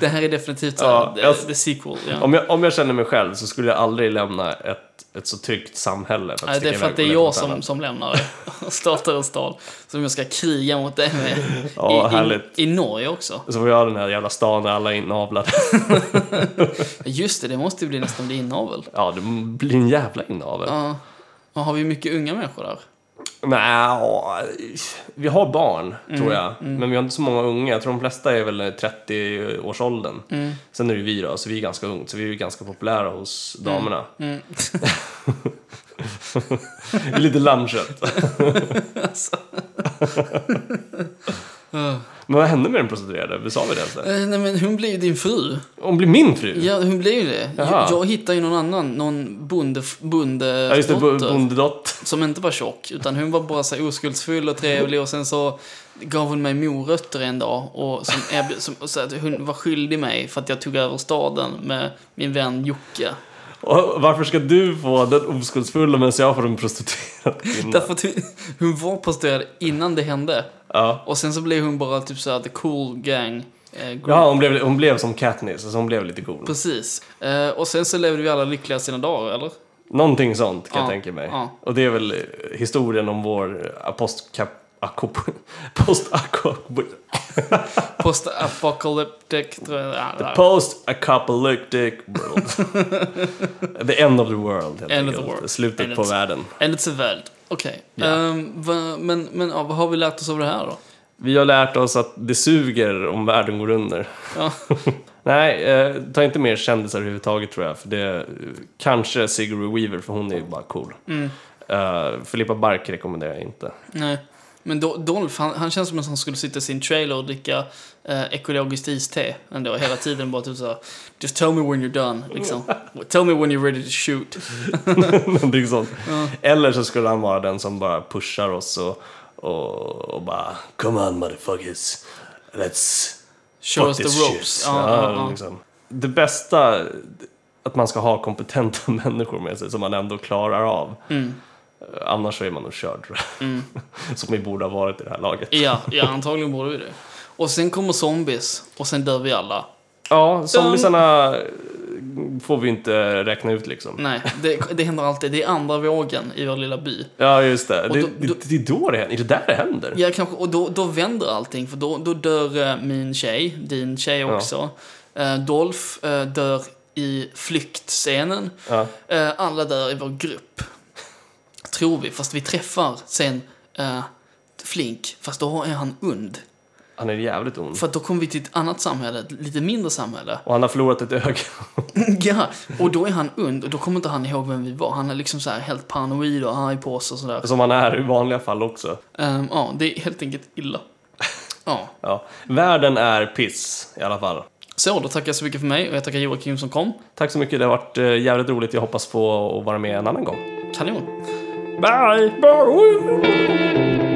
[SPEAKER 1] det här är definitivt så
[SPEAKER 2] Ja,
[SPEAKER 1] här, the,
[SPEAKER 2] jag-
[SPEAKER 1] the sequel. Ja.
[SPEAKER 2] Om jag, om jag känner mig själv så skulle jag aldrig lämna ett, ett så tryggt samhälle. För att
[SPEAKER 1] Nej, det är
[SPEAKER 2] sticka
[SPEAKER 1] för
[SPEAKER 2] iväg
[SPEAKER 1] att det är
[SPEAKER 2] och leta
[SPEAKER 1] jag
[SPEAKER 2] något
[SPEAKER 1] som,
[SPEAKER 2] annat.
[SPEAKER 1] som lämnar det. och startar en stad som jag ska kriga mot dig med.
[SPEAKER 2] Ja,
[SPEAKER 1] I, i,
[SPEAKER 2] härligt.
[SPEAKER 1] I Norge också.
[SPEAKER 2] Så får jag den här jävla stan där alla är inavlade.
[SPEAKER 1] Just det, det måste ju bli nästan bli inavel.
[SPEAKER 2] Ja, det blir en jävla inavel.
[SPEAKER 1] Ja. Och har vi mycket unga människor där?
[SPEAKER 2] Nej, äh, vi har barn
[SPEAKER 1] Mm,
[SPEAKER 2] tror jag. Men vi har inte så många unga. Jag tror de flesta är väl 30-årsåldern.
[SPEAKER 1] Mm.
[SPEAKER 2] Sen är det ju vi då, så vi är ganska unga. Så vi är ju ganska populära hos damerna.
[SPEAKER 1] Mm.
[SPEAKER 2] Vi är Lite lammkött.
[SPEAKER 1] Eh,
[SPEAKER 2] Men vad hände med den prostituerade? Vi sa vi det ens?
[SPEAKER 1] nej men hon blir ju din fru.
[SPEAKER 2] Hon blir min fru! Ja,
[SPEAKER 1] Ja, hon blir ju det.
[SPEAKER 2] Jaha.
[SPEAKER 1] Jag, jag hittar ju någon annan, någon bonde, bonde
[SPEAKER 2] just det. bo- Bondedott.
[SPEAKER 1] som inte var tjock. Utan hon var bara så här oskuldsfull och trevlig och sen så gav hon mig morötter en dag. Och som, erbjud- som, och så att hon var skyldig mig för att jag tog över staden med min vän Jocke.
[SPEAKER 2] Och varför ska du få den oskuldsfulla medan jag får en prostituerad kvinna?
[SPEAKER 1] Därför att hon, hon var prostituerad innan det hände.
[SPEAKER 2] Ja.
[SPEAKER 1] Och sen så blev hon bara typ såhär the cool gang. Eh, group.
[SPEAKER 2] ja hon, blev, hon blev som Katniss, alltså hon blev lite cool.
[SPEAKER 1] Precis. Eh, och sen så levde vi alla lyckliga sina dagar, eller?
[SPEAKER 2] Någonting sånt kan jag
[SPEAKER 1] Ja,
[SPEAKER 2] tänka mig.
[SPEAKER 1] ja.
[SPEAKER 2] Och det är väl eh, historien om vår post-apocalyptic
[SPEAKER 1] Post-apocalyptic, tror jag. Ja, där.
[SPEAKER 2] post apocalyptic world. the end of the world helt
[SPEAKER 1] End of the
[SPEAKER 2] enkelt.
[SPEAKER 1] world.
[SPEAKER 2] Slutet
[SPEAKER 1] End
[SPEAKER 2] på
[SPEAKER 1] of-
[SPEAKER 2] världen.
[SPEAKER 1] And it's a world. Okej.
[SPEAKER 2] Ja.
[SPEAKER 1] Ehm, va- men men ja, vad har vi lärt oss av det här då?
[SPEAKER 2] Vi har lärt oss att det suger om världen går under.
[SPEAKER 1] Ja.
[SPEAKER 2] Nej, eh, ta inte mer kändisar överhuvudtaget tror jag. För det, eh, kanske Sigourney Weaver, för hon är ju bara cool.
[SPEAKER 1] Mm.
[SPEAKER 2] Eh, Filippa Bark rekommenderar jag inte.
[SPEAKER 1] Nej. Men Do- Dolph, han, han känns som en som skulle sitta i sin trailer och dricka eh, ekologiskt iste ändå hela tiden. Bara typ såhär, just tell me when you're done, liksom. Tell me when you're ready to shoot.
[SPEAKER 2] Någonting sånt. Eller så skulle han vara den som bara pushar oss och, och, och bara Come on motherfuckers, let's
[SPEAKER 1] Show us the
[SPEAKER 2] this
[SPEAKER 1] ropes.
[SPEAKER 2] shit."
[SPEAKER 1] Ja, ja, ja.
[SPEAKER 2] Liksom. Det bästa, att man ska ha kompetenta människor med sig som man ändå klarar av. Eh,
[SPEAKER 1] Mm.
[SPEAKER 2] Annars så är man nog körd tror jag.
[SPEAKER 1] Mm.
[SPEAKER 2] Som vi borde ha varit i det här laget.
[SPEAKER 1] Ja, ja, antagligen borde vi det. Och sen kommer zombies och sen dör vi alla.
[SPEAKER 2] Ja, zombisarna får vi inte räkna ut liksom.
[SPEAKER 1] Nej, det, det händer alltid. Det är andra vågen i vår lilla by.
[SPEAKER 2] Ja, just det.
[SPEAKER 1] Och
[SPEAKER 2] Det,
[SPEAKER 1] då- då-
[SPEAKER 2] det, det är då det händer. Är det där det händer?
[SPEAKER 1] Ja, kanske, och då, då vänder allting, för då, då dör eh, min tjej, din tjej
[SPEAKER 2] Ja.
[SPEAKER 1] också. Eh, Dolph eh, dör i flyktscenen.
[SPEAKER 2] Ja.
[SPEAKER 1] Eh, alla dör i vår grupp. Tror vi, fast vi träffar sen eh, Flink, fast då är han ond.
[SPEAKER 2] Han är jävligt ond.
[SPEAKER 1] För att då kommer vi till ett annat samhälle, ett lite mindre samhälle.
[SPEAKER 2] Och han har förlorat ett öga.
[SPEAKER 1] ja, och då är han ond och då kommer inte han ihåg vem vi var. Han är liksom så här helt paranoid och arg på oss och sådär.
[SPEAKER 2] Som han är i vanliga fall också.
[SPEAKER 1] Ehm, ja, det är helt enkelt illa. Ja.
[SPEAKER 2] Ja. Världen är piss i alla fall.
[SPEAKER 1] Så, då tackar jag så mycket för mig och jag tackar Joakim som kom.
[SPEAKER 2] Tack så mycket, det har varit eh, jävligt roligt. Jag hoppas få att vara med en annan gång.
[SPEAKER 1] Kanon!
[SPEAKER 2] Bye! Bye.